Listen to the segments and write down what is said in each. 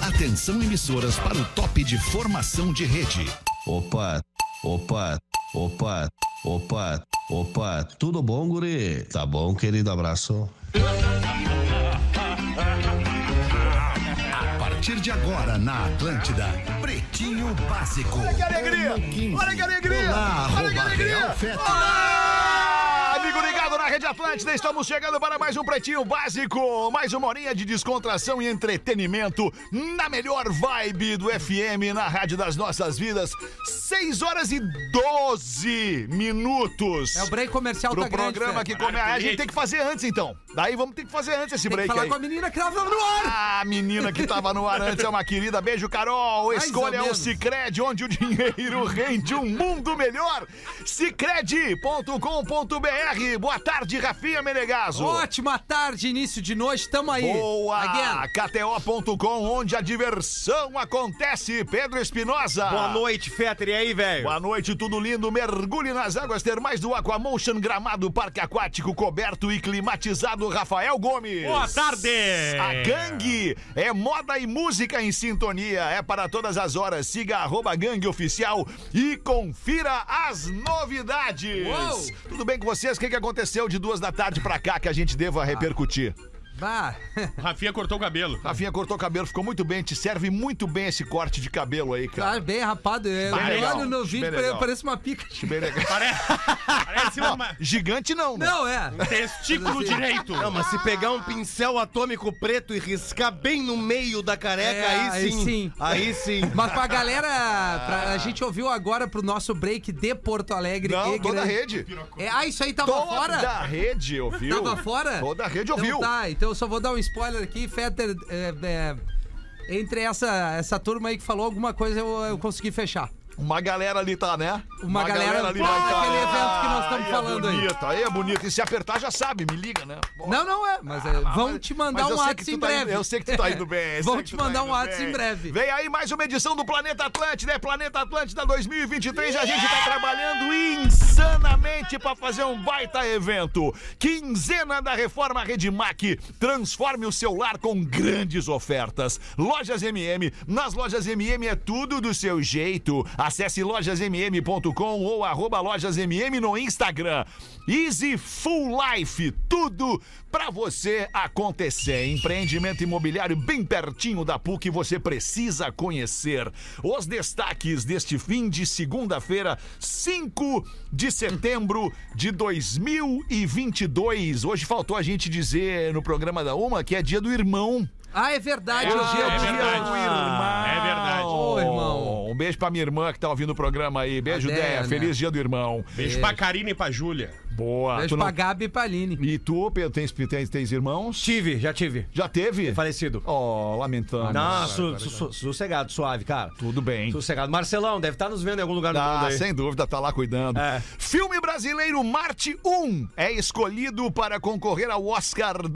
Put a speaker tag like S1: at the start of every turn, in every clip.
S1: Atenção emissoras para o top de formação de rede.
S2: Opa, opa, opa, opa, opa. Tudo bom, guri? Tá bom, querido? Abraço.
S1: A partir de agora na Atlântida, Pretinho Básico.
S3: Olha que alegria! Olha que alegria!
S1: Olá,
S3: Olha que
S1: arroba
S3: alegria!
S1: Real Fete.
S3: Olá, amigo ligado na Rede Atlântida, estamos chegando para mais um Pretinho Básico, mais uma horinha de descontração e entretenimento na melhor vibe do FM, na Rádio das Nossas Vidas, 6 horas e 12 minutos.
S4: É o break comercial
S3: Pro
S4: da grande,
S3: programa
S4: Fer.
S3: que come... Ah, a gente tem que fazer antes, então. Daí vamos ter que fazer antes esse
S4: Tem que
S3: break
S4: falar
S3: aí.
S4: com a menina que tava no ar.
S3: Ah, menina que tava no ar antes é uma querida. Beijo, Carol.
S4: Mais ou
S3: Escolha o
S4: menos.
S3: Cicred, onde o dinheiro rende um mundo melhor. Cicred.com.br. Boa tarde, Rafinha Menegaso.
S4: Ótima tarde, início de noite, tamo aí.
S3: Boa!
S4: Again.
S3: KTO.com, onde a diversão acontece. Pedro Espinosa.
S5: Boa noite, Fetter. E aí, velho?
S3: Boa noite, tudo lindo. Mergulhe nas águas termais do Aquamotion Gramado Parque Aquático coberto e climatizado. Rafael Gomes.
S5: Boa tarde!
S3: A Gangue é moda e música em sintonia. É para todas as horas. Siga arroba Gangue Oficial e confira as novidades.
S4: Uou!
S3: Tudo bem com vocês? O que que aconteceu de duas da tarde pra cá que a gente deva repercutir?
S4: Bah.
S5: Rafinha cortou o cabelo.
S3: Rafinha cortou o cabelo, ficou muito bem. Te serve muito bem esse corte de cabelo aí, cara.
S4: Claro, tá bem rapado. Eu
S3: Bem legal,
S4: olho no
S3: bem
S4: vídeo
S3: legal.
S4: e parece uma pica.
S3: Acho Bem legal.
S5: Parece, parece uma...
S3: Gigante não, né?
S4: Não, é.
S5: testículo direito.
S6: Não, mas se pegar um pincel atômico preto e riscar bem no meio da careca,
S4: É, aí
S6: aí, sim,
S4: sim.
S6: Aí sim.
S4: Mas pra galera, pra- a gente ouviu agora pro nosso break de Porto Alegre.
S3: Ah. Não,
S4: e
S3: toda a
S4: grande-
S3: rede.
S4: É, ah, isso aí tava
S3: Toda
S4: fora?
S3: a rede ouviu.
S4: Tava fora?
S3: Toda a rede ouviu.
S4: Então tá, então eu só vou dar um spoiler aqui, Fetter. é, é, entre essa, essa turma aí que falou alguma coisa, eu, eu consegui fechar.
S3: Uma galera ali tá, né?
S4: Uma galera
S3: ali
S4: tá
S3: vai tá.
S4: naquele evento que nós estamos
S3: Aí
S4: falando aí.
S3: é bonito, aí. é bonito. E se apertar, já sabe, me liga, né? Bom,
S4: Não, não é, mas é,
S3: Ah, mas-
S4: vão te mandar
S3: mas eu
S4: um
S3: sei que
S4: WhatsApp
S3: tu
S4: em
S3: tá
S4: breve.
S3: indo- eu sei que tu tá indo bem. eu
S4: vão
S3: sei que
S4: te
S3: tu tá
S4: mandar um
S3: indo
S4: WhatsApp em
S3: bem.
S4: breve.
S3: Vem aí mais uma edição do Planeta Atlântida, é Planeta Atlântida 2023. A gente tá trabalhando insanamente pra fazer um baita evento. Quinzena da Reforma Redmac. Transforme o seu lar com grandes ofertas. Lojas MM. Nas lojas MM é tudo do seu jeito. Acesse lojasmm.com ou arroba lojasmm no Instagram. Easy Full Life, tudo pra você acontecer. Empreendimento imobiliário bem pertinho da PUC você precisa conhecer. Os destaques deste fim de segunda-feira, 5 de setembro de 2022. Hoje faltou a gente dizer no programa da Uma que é dia do irmão.
S4: Ah, é verdade,
S3: Hoje
S4: hoje
S3: é, Ah,
S4: é o
S3: dia
S4: dia.
S3: do irmão.
S5: É verdade.
S4: Ô, irmão.
S3: Um beijo pra minha irmã que tá ouvindo o programa aí. Beijo,
S4: A
S3: Déia.
S4: Déia, né?
S3: Feliz dia do irmão.
S5: Beijo pra Karina e pra Júlia.
S3: Boa.
S4: Beijo
S3: Tu não-
S4: pra Gabi e pra Aline.
S3: E tu, Pedro, tens, tens, tens irmãos?
S6: Tive, já tive.
S3: Já teve?
S6: Falecido.
S3: Oh, lamentando.
S6: Não, su- su- su- sossegado, suave, cara.
S3: Tudo bem.
S6: Sossegado. Marcelão, deve estar nos vendo em algum lugar do mundo
S3: Ah,
S6: aí.
S3: sem dúvida, tá lá cuidando.
S6: É.
S3: Filme brasileiro Marte 1 é escolhido para concorrer ao Oscar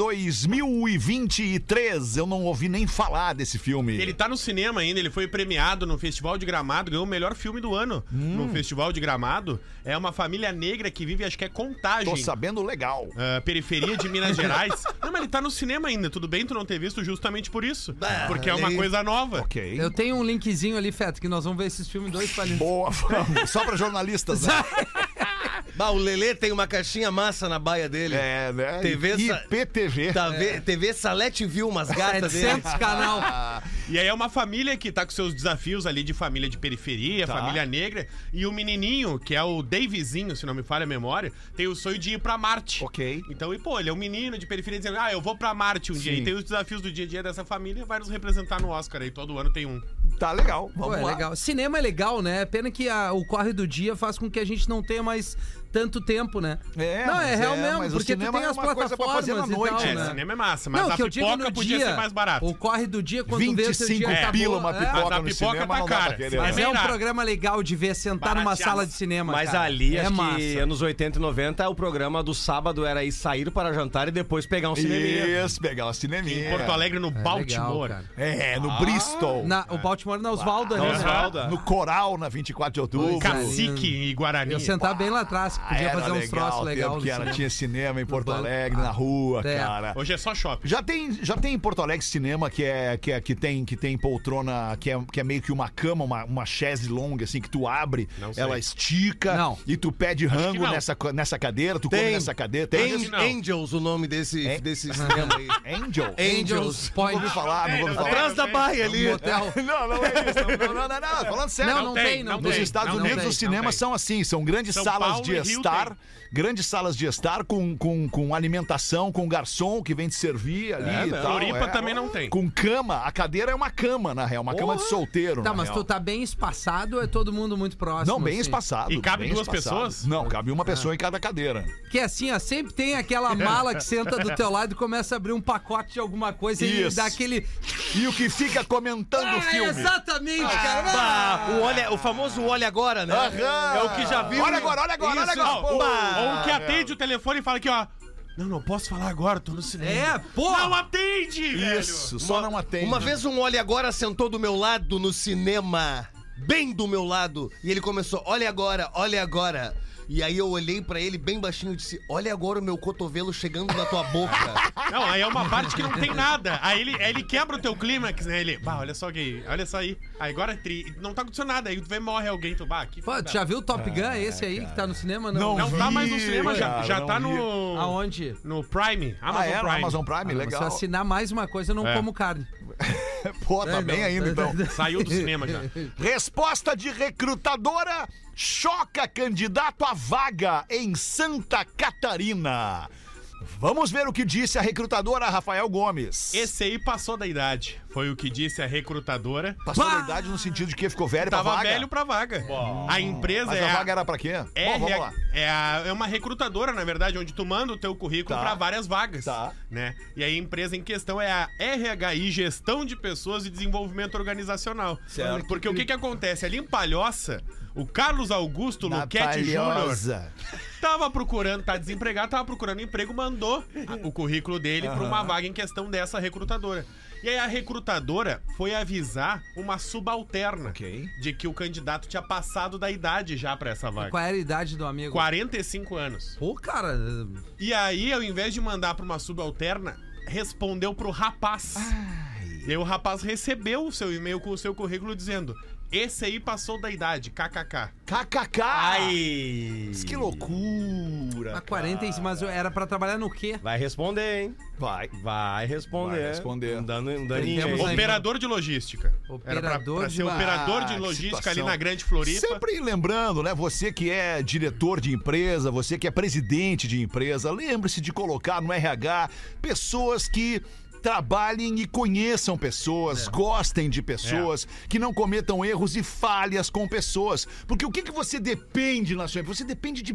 S3: 2023. Eu não ouvi nem falar desse filme.
S5: Ele tá no cinema ainda, ele foi premiado no Festival de Gramado, ganhou o melhor filme do ano no Festival de Gramado. É uma família negra que vive, acho que é contagem.
S3: Tô sabendo legal.
S5: ah, periferia de Minas Gerais. Não, mas ele tá no cinema ainda. Tudo bem tu não ter visto justamente por isso. porque é uma
S6: ele-
S5: coisa nova.
S3: Ok.
S4: Eu tenho um linkzinho ali, Feto, que nós vamos ver esses filmes dois pra Aline.
S3: Boa, vamos. Só pra jornalistas, né?
S6: Bah, o Lelê tem uma caixinha massa na baia dele.
S3: É, né?
S6: TV sa-
S3: IPTV.
S6: Tá ve- TV Salete viu umas gatas dele.
S4: 700
S3: Ah,
S4: canal.
S5: E aí é uma família que tá com seus desafios ali de família de periferia, família negra. E o menininho, que é o Davizinho, se não me falha a memória, tem o sonho de ir pra Marte.
S3: Ok.
S5: Então, e pô, ele é um menino de periferia dizendo, ah, eu vou pra Marte um dia.
S3: Sim.
S5: E tem os desafios do dia a dia dessa família, vai nos representar no Oscar. aí todo ano tem um.
S3: Tá legal. Vamos
S4: Pô, é
S3: lá.
S4: legal. Cinema é legal, né? Pena que a- o corre do dia faz com que a gente não tenha mais tanto tempo, né? não, é
S3: mas
S4: real
S3: mas
S4: mesmo,
S3: o
S4: porque tu
S3: cinema
S4: tem
S3: é
S4: as
S3: uma coisa pra
S4: plataformas
S3: fazer na
S4: e tal,
S3: noite,
S5: É,
S3: né?
S4: né?
S5: cinema é massa, mas
S4: não,
S5: a
S4: que eu digo
S5: pipoca
S4: no
S5: podia
S4: dia,
S5: ser mais barata.
S4: O corre do dia, quando vê o seu
S3: 25
S4: dia que tá
S3: pila
S4: boa,
S3: uma
S4: é.
S3: pipoca
S5: Mas a
S3: no
S5: pipoca
S3: cinema
S5: tá
S3: não dá pra
S5: cara.
S3: querer,
S4: Mas
S3: né?
S4: é um
S5: Barateado.
S4: programa legal de ver sentar numa
S5: Barateado.
S4: sala de cinema.
S6: Mas
S4: cara.
S6: ali,
S4: é
S6: acho
S4: massa.
S6: que anos 80 e 90, o programa do sábado era ir sair para jantar e depois pegar um cineminha.
S3: Isso, pegar uma cineminha.
S5: Em Porto Alegre, no Baltimore.
S4: legal, cara.
S3: É, no Bristol.
S4: Ah. Na- o Baltimore na Osvaldo,
S5: Na
S4: ali, né?
S5: Osvaldo.
S3: No Coral, na 24 de outubro.
S4: Pois é.
S5: Cacique e Guarani.
S4: Eu sentar bem lá atrás.
S3: Ah,
S4: Podia fazer uns troços legal
S3: tempo
S4: no
S3: que era,
S4: cinema.
S3: tinha cinema em Porto
S4: Urbano.
S3: Alegre, na rua,
S4: É.
S3: cara.
S5: Hoje é só shopping.
S3: Já tem, já tem em Porto Alegre cinema que é que, é, que tem que tem poltrona que é, que é meio que uma cama, uma, uma chaise longa assim que tu abre,
S5: Não sei.
S3: ela estica
S4: Não.
S3: e tu pede
S5: que
S3: rango
S5: não.
S3: nessa co- nessa cadeira, tu come nessa cadeira, tem
S5: Tem-
S3: isso?
S5: não.
S6: Angels, o nome desse,
S3: É?
S6: desse cinema aí.
S3: Angel.
S4: Angels Point.
S3: Não ouvi falar, não ouvi
S5: Não tem,
S3: falar.
S6: Atrás da baia ali.
S4: Hotel.
S3: Não, não é isso. Não, não, não, não, falando sério.
S4: Não, não
S5: tem,
S4: tem, não
S5: não
S4: tem.
S3: Nos Estados
S5: não
S3: Unidos
S5: tem,
S3: os
S5: não
S3: cinemas
S5: tem.
S3: são assim, são grandes
S5: São
S3: salas
S5: Paulo
S3: de
S5: e Rio
S3: estar, grandes salas de estar com, com, com alimentação, com garçom que vem te servir ali e tal.
S5: Floripa tá-
S3: é.
S5: também não tem.
S3: Com cama, a cadeira é uma cama, na real, uma cama de solteiro.
S4: Tá,
S3: na
S4: mas
S3: real.
S4: tu tá bem espaçado ou é todo mundo muito próximo?
S3: Não, bem
S4: assim? É.
S3: espaçado.
S5: E cabe
S3: bem
S5: duas
S3: espaçado.
S5: pessoas?
S3: Não, cabe uma pessoa em cada cadeira.
S4: Que assim, ó, sempre tem aquela mala que senta do teu lado e começa a abrir um pacote de alguma coisa e
S3: Isso.
S4: dá aquele.
S3: E o que fica comentando o
S4: Ah,
S3: filme.
S4: exatamente, cara. Ah,
S6: Bah, o, olha, o famoso olha agora, né?
S3: Aham.
S6: É o que já viu.
S3: Ah,
S7: um-
S3: Olha agora, olha agora, olha
S6: Isso,
S3: agora.
S6: ó,
S3: Pô.
S6: bah.
S5: Ou
S3: Ah,
S5: que atende o telefone e fala aqui, ó. Não, não posso falar agora, tô no cinema.
S4: É, pô!
S5: Não atende, velho!
S3: Isso, só não atende.
S6: Uma vez um olha agora sentou do meu lado no cinema, bem do meu lado, e ele começou: "Olha agora, olha agora". E aí eu olhei pra ele bem baixinho e disse: "Olha agora o meu cotovelo chegando na tua boca".
S5: Não, aí é uma parte que não tem nada. Aí ele, aí ele quebra o teu clímax, né? Ele, bah, olha só gay, olha só aí. Aí agora é tri. Não tá acontecendo nada, aí tu vê morre alguém, tu, bah, que
S4: Pô,
S5: foda.
S4: tu já viu o Top Gun, esse aí que tá no cinema? Não.
S5: Não tá mais no cinema, já,
S3: cara,
S5: já
S3: não
S5: tá
S3: vi.
S5: no.
S4: Aonde?
S5: No Prime, Amazon
S3: Ah, é,
S5: Prime.
S3: no Amazon Prime,
S4: Ah, mas Se eu
S3: legal.
S4: assinar mais uma coisa, eu não
S5: É.
S4: como carne. É,
S3: Pô, tá bem ainda então.
S5: Saiu do cinema já.
S3: Resposta de recrutadora choca candidato à vaga em Santa Catarina. Vamos ver o que disse a recrutadora Rafael Gomes.
S5: Esse aí passou da idade, foi o que disse a recrutadora.
S3: Passou
S4: Bah!
S3: da idade no sentido de que ficou velho pra
S5: Tava
S3: Tá vaga.
S5: velho pra vaga. A empresa
S3: Mas
S5: é
S3: a
S5: a-
S3: vaga era pra quê?
S5: É,
S3: Bom, vamos
S5: re-
S3: lá.
S5: é, a- é uma recrutadora, na verdade, onde tu manda o teu currículo
S3: Tá.
S5: pra várias vagas,
S3: Tá.
S5: né? E aí a empresa em questão é a RHI Gestão de Pessoas e Desenvolvimento Organizacional. Certo. Porque o que que acontece? Ali em Palhoça, o Carlos Augusto
S3: Na
S5: Luquete Júnior
S3: Palhosa.
S5: tava procurando, tá desempregado, tava procurando emprego, mandou a- o currículo dele pra uma vaga em questão dessa recrutadora. E aí a recrutadora foi avisar uma subalterna
S3: Ok.
S5: de que o candidato tinha passado da idade já pra essa vaga.
S4: Qual era a idade do amigo?
S5: 45 anos.
S4: Pô, cara.
S5: E aí, ao invés de mandar pra uma subalterna, respondeu pro rapaz. E aí o rapaz recebeu o seu e-mail com o seu currículo dizendo: Esse aí passou da idade, kkk.
S3: KKK.
S6: Ai!
S3: Mas Que loucura.
S4: A 40, e- mas era pra trabalhar no quê?
S6: Vai responder, hein?
S3: Vai.
S6: Vai responder.
S3: Vai responder.
S6: Um dano, um daninho
S4: Temos
S6: aí.
S4: aí.
S3: né?
S5: Operador de logística. Era pra-
S4: Operador
S5: pra
S4: de
S5: ser
S4: lo-
S5: operador
S3: Ah,
S5: de
S3: que
S5: logística ali
S3: situação.
S5: na Grande Floripa.
S3: Sempre lembrando, né? Você que é diretor de empresa, você que é presidente de empresa, lembre-se de colocar no RH pessoas que trabalhem e conheçam
S6: É.
S3: pessoas, gostem de pessoas, que não cometam erros e falhas com pessoas. Porque o que, que você depende na sua empresa? Você depende de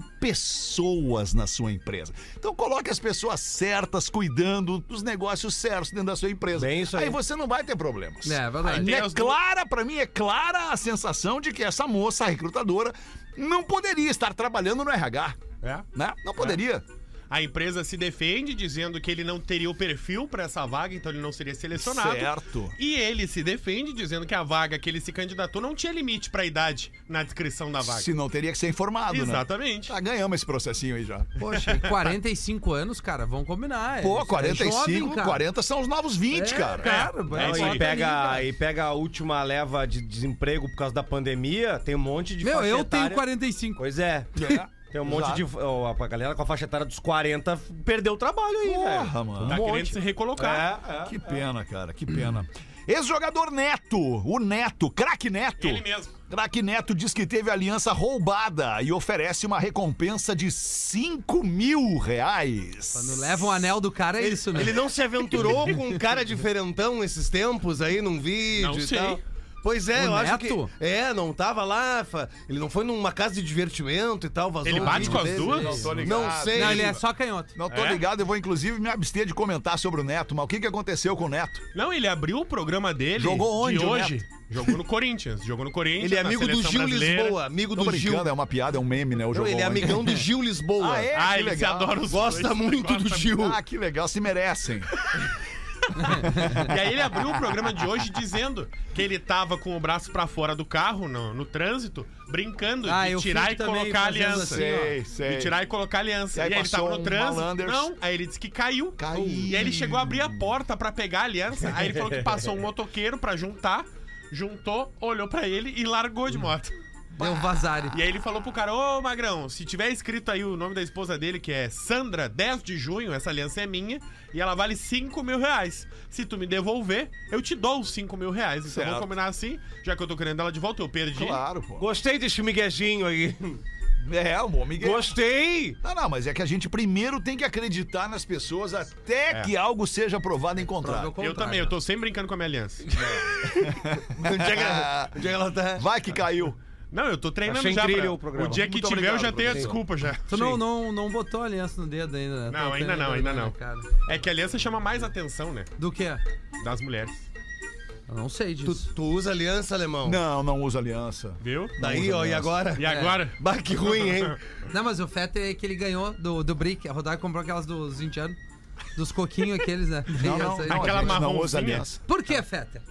S3: pessoas na sua empresa. Então coloque as pessoas certas cuidando dos negócios certos dentro da sua empresa.
S6: Bem isso aí.
S3: você não vai ter problemas.
S4: É, verdade.
S3: Aí
S5: Tem
S3: é
S5: as duas-
S3: clara, pra mim é clara a sensação de que essa moça, a recrutadora, não poderia estar trabalhando no RH,
S5: É.
S3: né? Não poderia.
S5: A empresa se defende dizendo que ele não teria o perfil para essa vaga, então ele não seria selecionado.
S3: Certo.
S5: E ele se defende dizendo que a vaga que ele se candidatou não tinha limite para idade na descrição da vaga.
S3: Se não teria que ser informado, né?
S5: Ah, Exatamente.
S3: Já ganhamos esse processinho aí já.
S4: Poxa, e 45 anos, cara, vamos combinar. é-
S3: Pô,
S4: é jovem,
S3: 45,
S4: cara.
S3: 40 são os novos 20,
S4: É, Tá
S3: cara.
S4: cara,
S5: É isso
S4: bota
S5: aí.
S6: E
S4: ali,
S6: pega,
S4: cara.
S6: e pega a última leva de desemprego por causa da pandemia, tem um monte de
S4: Meu,
S6: faixa
S4: eu
S6: etária-
S4: tenho 45.
S6: Pois é. Tem um monte de. ó, a galera com a faixa etária dos 40 perdeu o trabalho aí, velho.
S3: Porra, mano.
S5: Tá
S6: Um monte.
S5: querendo se recolocar.
S6: É, é.
S3: Que pena, cara, que pena. Ex-jogador Neto, o Neto, craque Neto.
S5: Ele mesmo.
S3: Craque Neto diz que teve a aliança roubada e oferece uma recompensa de 5 mil reais.
S4: Quando leva o anel do cara, é isso, né?
S6: Ele não se aventurou com um cara diferentão esses tempos aí num vídeo
S5: Não
S6: e
S5: sei.
S6: tal? Pois é,
S4: O
S6: eu
S4: Neto?
S6: acho que. É, não tava lá. fa- Ele não foi numa casa de divertimento e tal, vazou.
S5: Ele
S6: um
S5: bate
S6: vídeo
S5: com né? as
S6: desse.
S5: duas?
S6: Não,
S5: Não tô
S3: ligado.
S6: sei.
S4: Não, ele é só canhoto.
S3: Não tô
S5: É?
S3: ligado, eu vou inclusive me abster de comentar sobre o Neto, mas o que, que aconteceu com o Neto?
S5: Não, ele abriu o programa dele.
S3: Jogou onde,
S5: De
S3: o
S5: hoje.
S3: Neto?
S5: Jogou no Corinthians. Jogou no Corinthians.
S6: Ele é
S5: na
S6: amigo do
S5: seleção
S6: Gil
S5: brasileira.
S6: Lisboa, amigo
S3: Tô
S6: do Gil.
S3: brincando, é uma piada, é um meme, né? O
S6: Não,
S3: jogo
S6: ele é
S3: ontem.
S6: amigão do Gil Lisboa.
S3: Ah, é?
S5: Ah,
S3: que
S5: ele se
S3: legal.
S5: adora os
S6: Gosta
S5: dois.
S6: muito do Gil.
S3: Ah, que legal, se merecem.
S5: e aí ele abriu o programa de hoje dizendo que ele tava com o braço pra fora do carro, no, no trânsito, brincando
S4: Ah,
S5: de
S4: eu
S5: tirar e
S4: fico também
S5: colocar a
S4: fazendo
S5: aliança.
S4: assim, ó.
S3: Sei, sei.
S5: De tirar e colocar a
S3: E
S5: aliança. E
S3: aí
S5: aí, ele tava
S3: passou
S5: no
S3: um
S5: trânsito.
S3: malanders.
S5: Não, aí ele disse que caiu.
S3: Caiu.
S5: E aí ele chegou a abrir a porta pra pegar a aliança. Aí ele falou que passou um motoqueiro pra juntar. Juntou, olhou pra ele e largou de moto.
S4: Deu um vazare.
S5: E aí ele falou pro cara, ô Magrão, se tiver escrito aí o nome da esposa dele, que é Sandra, 10 de junho, essa aliança é minha, e ela vale 5 mil reais. Se tu me devolver, eu te dou os 5 mil reais. Então
S3: Certo.
S5: vamos combinar assim, já que eu tô querendo ela de volta, eu perdi.
S3: Claro, pô.
S7: Gostei desse miguezinho aí.
S3: É, o bom Miguel.
S7: Gostei!
S3: Não, não, mas é que a gente primeiro tem que acreditar nas pessoas até
S4: É.
S3: que algo seja provado em
S4: Tá
S3: contrário.
S5: Eu também, eu tô sempre brincando com a minha aliança.
S6: Onde é que ela- onde é que ela tá?
S3: Vai que caiu.
S5: Não, eu tô treinando
S7: Achei
S5: já.
S7: incrível o
S5: pra-
S7: programa.
S5: dia que
S7: Muito
S5: tiver, eu
S7: obrigado,
S5: já tenho a
S7: professor.
S5: desculpa já.
S4: Tu não, não, não botou a aliança no dedo ainda, né?
S5: Não,
S4: Tá
S5: ainda
S4: tendo
S5: não, ainda
S4: vergonha na
S5: não.
S4: cara.
S5: É que a aliança chama mais atenção, né?
S4: Do que?
S5: Das mulheres.
S4: Eu não sei disso.
S6: Tu, tu usa aliança, alemão?
S3: Não, não usa aliança.
S5: Viu?
S6: Daí, ó, e agora?
S5: E agora?
S6: Bah, que ruim, hein?
S4: Não, mas o Fetter é que ele ganhou do, do Brick. A Rodaica comprou aquelas dos indianos. Dos coquinhos aqueles, né?
S3: Não, não,
S4: Essa aí.
S3: não,
S5: Aquela
S3: a gente não
S5: marronzinha.
S3: usa aliança.
S4: Por que, Fetter?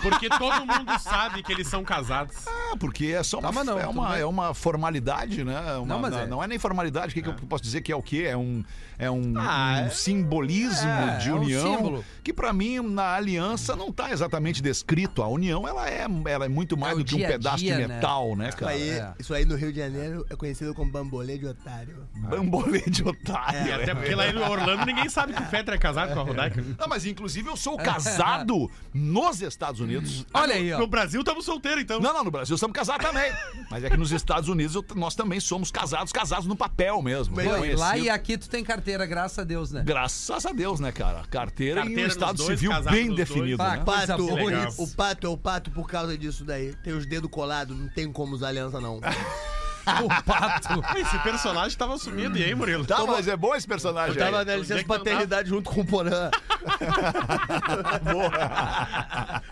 S5: Porque todo mundo sabe que eles são casados.
S3: Ah, porque é só uma,
S4: Tá, mas não,
S3: é
S4: tudo
S3: uma,
S4: bem.
S3: é uma formalidade, né? Uma-
S4: Não, mas
S3: na-
S4: é.
S3: não nem formalidade. O que, que eu posso dizer que é o quê? É um, é um,
S5: Ah,
S3: um
S5: é-
S3: simbolismo
S4: é,
S3: de
S4: é um
S3: união.
S4: símbolo.
S3: que pra mim, na aliança, não tá exatamente descrito. A união, ela é, ela é muito mais
S4: É o
S3: do que um
S4: dia a
S3: pedaço
S4: dia,
S3: de
S4: né?
S3: metal, né, cara?
S6: Aí,
S4: É.
S6: Isso aí no Rio de Janeiro é conhecido como bambolê de otário.
S3: É um Bambolê de otário.
S4: É,
S3: né?
S5: E até porque lá em Orlando ninguém sabe que o Fetter é casado com a Rodaica.
S3: Não, mas inclusive eu sou casado nos Estados Unidos.
S4: Olha aí,
S5: No
S4: ó.
S5: Brasil estamos solteiros, então.
S3: Não, não, no Brasil estamos casados também. Mas é que nos Estados Unidos eu- nós também somos casados, casados no papel mesmo.
S4: Pô, e
S3: reconhecido.
S4: lá e aqui tu tem carteira, graças a Deus, né?
S3: Graças a Deus, né, cara? Carteira, e
S5: Carteira
S3: um
S5: nos
S3: Estado
S5: dois,
S3: Civil
S5: casado
S3: bem
S5: nos
S3: definido,
S4: dois.
S3: né?
S4: Pá,
S6: Pato,
S4: Coisa
S5: boa isso.
S6: o pato é o pato por causa disso daí. Tem os dedos colados, não tem como usar aliança, não.
S4: O pato.
S5: Esse personagem tava sumido. E aí, Murilo?
S3: Tá, mas é bom esse personagem.
S5: Eu
S3: aí.
S5: tava-
S6: na
S5: Onde é que tu
S6: junto com o Porã.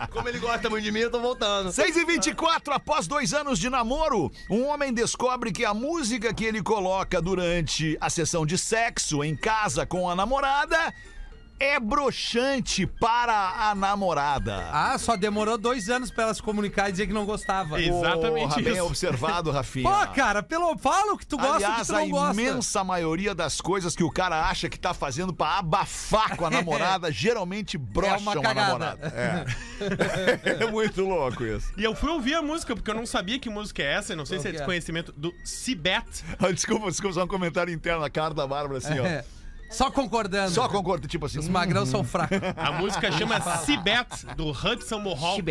S6: Como ele gosta muito de mim, eu tô voltando.
S3: 6 e 24 após dois anos de namoro, um homem descobre que a música que ele coloca durante a sessão de sexo em casa com a namorada é broxante para a namorada.
S4: Ah, só demorou dois anos pra ela se comunicar e dizer que não gostava.
S5: Isso. É exatamente
S3: Porra, bem
S5: isso.
S3: observado, Rafinha.
S4: Pô, cara, pelo fala o que tu gosta e o que
S3: Aliás,
S4: tu
S3: a
S4: não gosta.
S3: imensa maioria das coisas que o cara acha que tá fazendo pra abafar com a namorada, geralmente brocham a
S4: cagada.
S3: namorada. É. é muito louco isso.
S5: E eu fui ouvir a música, porque eu não sabia que música é essa. e Não sei se é
S4: que é?
S5: desconhecimento do Cibet.
S3: Ah, Desculpa, desculpa, só um comentário interno na cara da Bárbara, assim, ó.
S4: É. Só concordando.
S3: Só concordo, tipo assim.
S4: Os
S3: hum.
S4: magrão são fracos.
S5: A música chama Cibet, do Hudson Mohawk.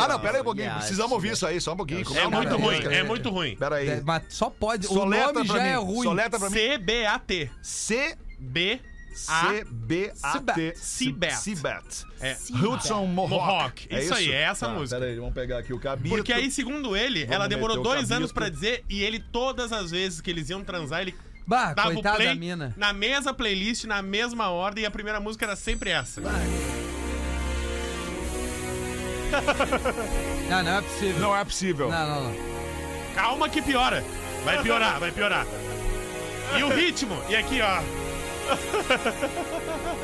S3: Ah, não, pera aí um pouquinho. Precisamos ouvir isso aí, só um pouquinho. Como
S5: É
S3: o nome
S5: muito
S3: da
S5: ruim,
S3: música?
S5: é muito ruim.
S3: Pera aí.
S4: É, mas só pode. o
S3: Soleta
S4: nome
S3: pra
S4: já
S3: mim.
S4: é ruim.
S3: Soleta pra mim.
S5: C-B-A-T.
S3: C.
S5: B.
S3: C.
S5: A.
S3: B. A. T.
S5: Cibat.
S3: Cibat.
S5: É.
S3: Hudson Mohawk.
S5: Mohawk. Isso aí, é essa música.
S3: Pera aí, vamos pegar aqui o cabelo.
S5: Porque aí, segundo ele, ela demorou
S3: meter o
S5: dois anos
S3: cabito.
S5: pra dizer e ele, todas as vezes que eles iam transar, ele
S4: Bah,
S5: dava o
S4: coitada
S5: play
S4: da mina.
S5: na mesma playlist, na mesma ordem, e a primeira música era sempre essa.
S4: Não, não é possível.
S3: Não é possível.
S4: Não, não, não.
S5: Calma que piora. Vai piorar, vai piorar. E o ritmo? E aqui, ó.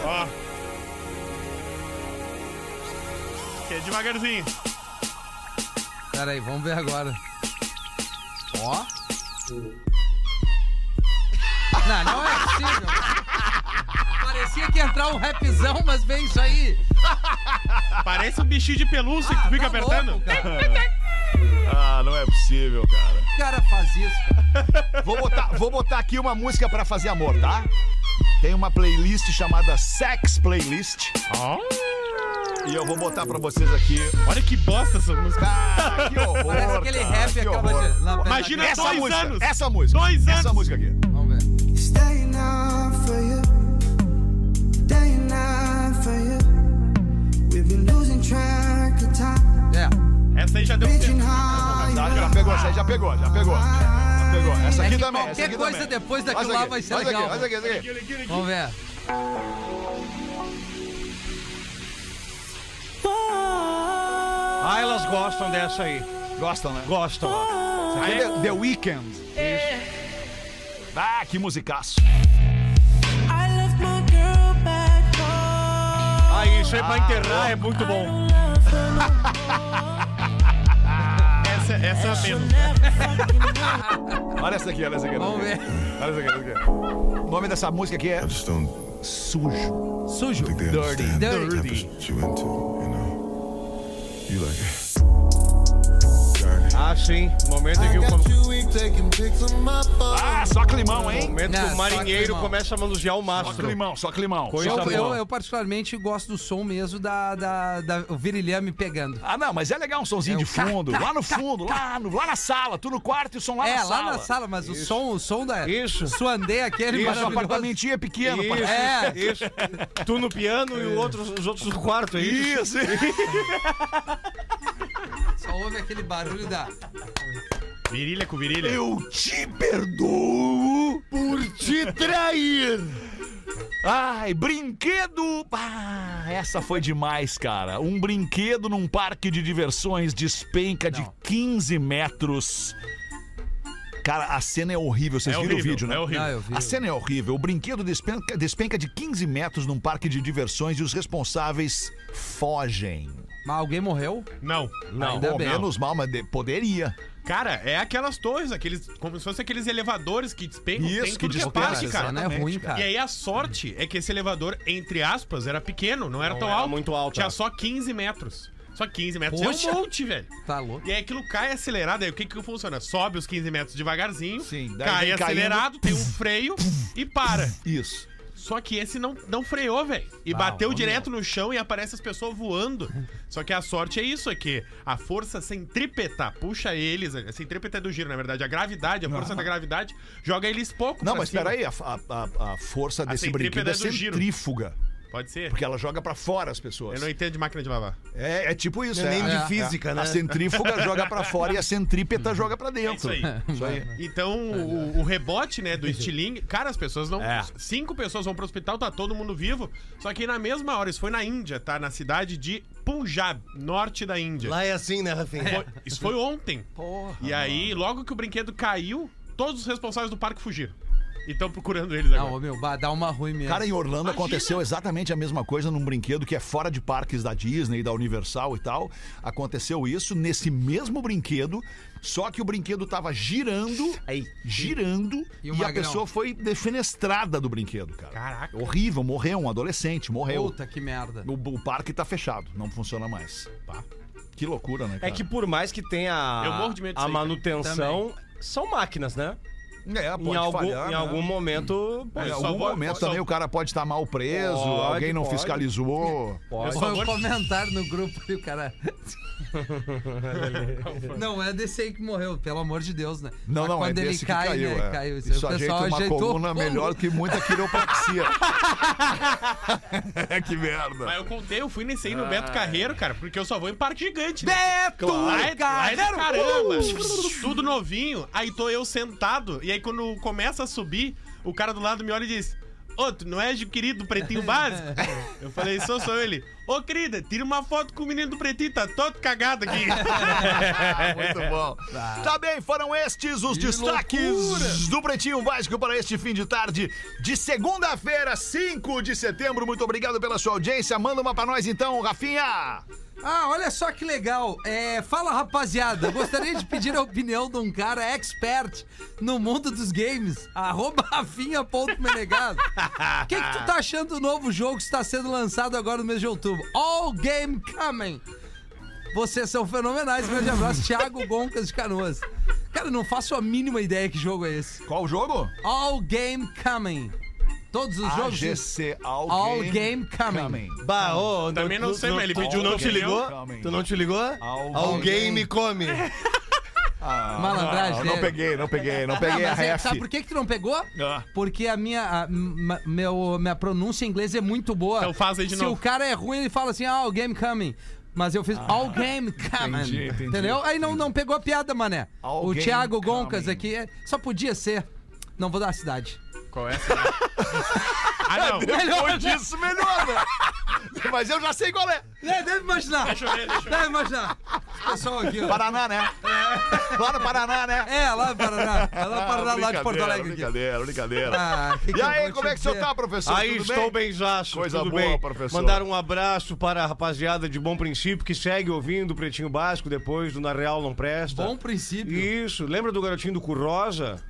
S5: ó. Que é devagarzinho.
S4: Pera aí, vamos ver agora. Ó. Não, não é possível. Parecia que ia entrar um rapzão, mas vem isso aí.
S5: Parece um bichinho de pelúcia que tu fica
S4: tá
S5: apertando.
S4: louco, cara.
S3: Ah, não é possível, cara.
S4: O cara faz isso. cara.
S3: Vou botar, vou botar aqui uma música pra fazer amor, tá? Tem uma playlist chamada Sex Playlist.
S5: Ó.
S3: E eu vou botar pra vocês aqui.
S5: Olha que bosta essa música.
S3: Ah, que horror,
S4: Parece aquele
S3: cara,
S4: rap
S3: que
S4: acaba
S3: horror.
S4: de. Lá, pera,
S5: Imagina-
S4: aqui.
S3: Essa
S5: Dois
S3: música,
S5: anos.
S3: essa música.
S5: Dois
S3: Essa
S5: anos.
S3: música aqui.
S4: Vamos ver.
S8: Staying up for you, staying up for you. We've been losing track of time,
S4: É.
S5: Essa aí já deu um
S8: reaching
S5: tempo.
S8: high.
S3: Tá, já pegou, essa aí já pegou, já pegou. Já pegou. Essa
S4: É
S3: aqui
S4: que
S3: também.
S4: qualquer
S3: essa aqui
S4: coisa
S3: também.
S4: depois
S3: Olha
S4: daquilo
S3: isso
S4: lá
S3: aqui,
S4: vai ser
S3: olha isso
S4: legal.
S3: Aqui, olha isso aqui, olha isso aqui.
S4: Vamos ver.
S7: Ah, elas gostam dessa aí.
S3: Gostam, né?
S7: Gostam.
S3: Aí é The Weeknd. Ah, que musicaço.
S8: I left my girl back home.
S7: Ah, Ah, isso é pra enterrar, é muito bom.
S5: Essa, essa é a menos.
S3: Olha essa aqui, olha essa aqui.
S4: Vamos ver.
S3: Olha essa aqui, olha essa aqui. O nome dessa música aqui é
S9: Just don't
S3: Sujo.
S4: Sujo.
S3: Dirty.
S4: Dirty.
S3: Dirty.
S9: what you into, you know. You like it.
S7: Ah, sim. Momento em que o,
S3: Ah, só climão, hein?
S7: momento que
S4: Não,
S7: o
S4: só
S7: Tipo, marinheiro
S4: climão.
S7: começa a manusear o
S3: Só
S7: mastro.
S3: climão, só climão. Só
S7: Coisa
S4: Eu,
S7: boa.
S3: climão.
S4: eu, eu particularmente gosto do som mesmo da, da, da o virilhame pegando.
S3: Ah, não, mas é legal um somzinho
S4: É
S3: de
S4: o ca-
S3: fundo. Lá no fundo, lá, no, lá na sala. Tu no quarto e o som lá
S4: é,
S3: na sala.
S4: lá na sala, mas o som, o som da
S7: Isso.
S4: Suandê aquele
S7: Isso,
S3: Mas o
S4: maravilhoso.
S3: apartamentinho é pequeno.
S7: Isso,
S3: parece.
S4: É.
S7: isso. Tu no piano e o outro, os outros no quarto, é isso?
S3: Isso.
S4: Só ouve aquele barulho da.
S5: Virilha com virilha.
S3: Eu te perdoo.
S6: Por te trair!
S3: Ai, brinquedo! Ah, essa foi demais, cara. Um brinquedo num parque de diversões despenca de 15 metros. Cara, a cena é horrível. Vocês
S5: É
S3: viram
S5: horrível,
S3: o vídeo, né?
S5: é horrível.
S4: Ah, eu vi.
S3: A cena é horrível. O brinquedo despenca, despenca de 15 metros num parque de diversões e os responsáveis fogem.
S4: Mas alguém morreu?
S5: Não, não.
S4: Ainda
S3: Bom,
S4: bem.
S3: menos mal, mas de- poderia.
S5: Cara, é aquelas torres, aqueles, como se fossem aqueles elevadores que despencam,
S3: Isso,
S5: tem
S3: que
S5: tudo que, é
S3: despencam,
S5: parte,
S4: Essa
S5: cara.
S4: cena é
S3: exatamente,
S4: ruim,
S3: cara.
S4: cara.
S5: E aí a sorte é que esse elevador, entre aspas, era pequeno, não era
S7: Não
S5: tão
S7: era
S5: alto.
S7: muito alto,
S5: Tinha
S7: é.
S5: só 15 metros. Só 15 metros.
S4: Poxa.
S5: É um monte, velho.
S4: Tá louco.
S5: E aí aquilo cai acelerado, aí o que que funciona? Sobe os 15 metros devagarzinho,
S3: Sim, daí
S5: cai
S3: vem caindo.
S5: acelerado, tem um freio e para.
S3: Isso.
S5: Só que esse não, não freou, velho. E
S4: Bah,
S5: bateu
S4: ô,
S5: direto no chão e aparece as pessoas voando. Só que a sorte é isso, é que a força centrípeta puxa eles. A centrípeta é do giro, na verdade. A gravidade, a força da gravidade, joga eles pouco.
S3: Não,
S5: pra
S3: mas
S5: cima.
S3: peraí, a, a- a- a força desse
S5: centrípeta
S3: brinquedo é
S5: é do giro.
S3: centrífuga.
S5: Pode ser.
S3: Porque ela joga pra fora as
S5: Eu
S3: pessoas.
S5: não entendo de máquina de lavar.
S3: É, é tipo isso.
S6: Não é nem de
S3: a-
S6: física,
S3: a,
S6: né?
S3: A centrífuga joga pra fora e a centrípeta joga pra
S5: É isso
S3: dentro.
S5: aí.
S3: Isso aí.
S5: Então, o, o rebote, né, do estilingue. Cara, as pessoas não.
S7: É.
S5: Cinco pessoas vão pro hospital, tá todo mundo vivo. Só que na mesma hora, isso foi na Índia, tá? Na cidade de Punjab, norte da Índia.
S6: Lá é assim, né, Rafinha?
S5: Foi- isso foi ontem. E aí, logo que o brinquedo caiu, todos os responsáveis do parque fugiram. E estão procurando eles agora.
S4: Não, ô, meu, bah, dá uma ruim mesmo.
S3: Cara, em Orlando aconteceu exatamente a mesma coisa num brinquedo que é fora de parques da Disney, da Universal e tal. Aconteceu isso nesse mesmo brinquedo, só que o brinquedo tava girando, girando,
S4: E
S3: e,
S4: o
S3: a
S4: magrão?
S3: pessoa foi defenestrada do brinquedo, cara.
S5: Caraca.
S3: Horrível, morreu um adolescente, morreu.
S4: Puta que merda.
S3: O, o parque tá fechado, não funciona mais. Pá. Que loucura, né,
S7: É
S3: cara?
S7: que por mais que tenha a-
S5: Eu morro de medo disso
S7: a
S5: aí, cara.
S7: manutenção, são máquinas, né?
S3: É,
S7: em,
S3: pode
S7: algum,
S3: falhar,
S7: em
S3: né?
S7: algum momento. pô,
S3: Em
S5: só
S3: É, algum
S5: vou-
S3: momento
S5: só-
S3: também o cara pode estar mal preso,
S7: Pode,
S3: alguém não
S7: pode.
S3: fiscalizou.
S7: pode.
S4: Foi um
S5: favor.
S4: comentário no grupo e o cara. não é desse aí que morreu, pelo amor de Deus, né?
S3: Não,
S4: Mas
S3: não, é
S4: quando
S3: desse
S4: ele cai,
S3: que caiu.
S4: né?
S3: é.
S4: Caiu.
S3: Isso ajeita uma coluna
S4: o
S3: melhor que muita quiropraxia. que merda.
S5: Mas eu contei, eu fui nesse aí no Beto Carreiro, cara, porque eu só vou em parque gigante. Né?
S4: Beto!
S5: Lá é, lá é
S4: Carreiro!
S5: do caramba! Tudo novinho, aí tô eu sentado, e aí quando começa a subir, o cara do lado me olha e diz: Ô, tu não és o querido pretinho básico? Eu falei, sou, sou ele. Ô, querida, tira uma foto com o menino do pretinho, tá todo cagado aqui.
S3: Muito bom. Tá bem, foram estes os destaques do Pretinho Básico para este fim de tarde de segunda-feira, 5 de setembro. Muito obrigado pela sua audiência. Manda uma pra nós então, Rafinha.
S4: Ah, olha só que legal. É, fala, rapaziada. Eu Gostaria de pedir a opinião de um cara expert no mundo dos games. Arroba Rafinha.menegado. O que, que tu tá achando do novo jogo que está sendo lançado agora no mês de outubro? All Game Coming. Vocês são fenomenais. Grande abraço, Thiago Goncas de Canoas. Cara, eu não faço a mínima ideia que jogo é esse.
S3: Qual o jogo?
S4: All Game Coming. Todos os jogos.
S3: AGC Ah, All,
S4: All
S3: Game,
S4: Game Coming.
S6: Bah, ô,
S5: Também não sei, mas ele pediu
S6: Tu não
S5: no
S6: te
S5: Game.
S6: ligou?
S3: Calma aí.
S6: Tu não te ligou?
S3: Alguém.
S6: Alguém me come.
S4: Malandragem,
S3: Ah, não
S4: né?
S3: peguei, não peguei, não
S4: Ah,
S3: peguei a
S4: mas é,
S3: ref.
S4: sabe por que, que tu não pegou?
S3: Ah.
S4: Porque a minha, a- ma- meu, minha pronúncia em inglês é muito boa.
S5: Então faz aí de
S4: Se
S5: novo.
S4: o cara é ruim, ele fala assim, ah, all game coming. Mas eu fiz all game coming.
S3: entendi, entendi.
S4: entendeu? Aí não, não pegou a piada, mané.
S3: All
S4: o
S3: game
S4: Thiago Goncas
S3: coming.
S4: aqui é- só podia ser. Não vou dar a cidade.
S5: Qual é essa? ah, não.
S4: Melhor, né?
S3: Isso melhor, né? Mas eu já sei qual é.
S4: É, deve imaginar.
S5: Deixa eu ver, deixa eu ver.
S4: Deve imaginar. pessoal aqui, ó.
S3: Paraná, né? Lá no Paraná, né?
S4: É, lá do Paraná. É lá do Paraná, lá de Porto
S3: Ah, Brincadeira,
S4: Alegre. aqui.
S3: Brincadeira, brincadeira.
S4: Ah, que que
S3: e
S4: eu
S3: aí,
S4: vou
S3: como
S4: te
S3: é que o senhor
S4: dizer?
S3: tá, professor?
S7: Aí
S3: Tudo
S7: estou
S3: bem?
S7: bem, Jaço.
S3: Coisa
S7: tudo
S3: boa,
S7: bem.
S3: professor.
S7: Mandar um abraço para a rapaziada de Bom Princípio que segue ouvindo o Pretinho Básico depois do Na Real Não Presta.
S4: Bom princípio.
S7: Isso. Lembra do garotinho do Currosa?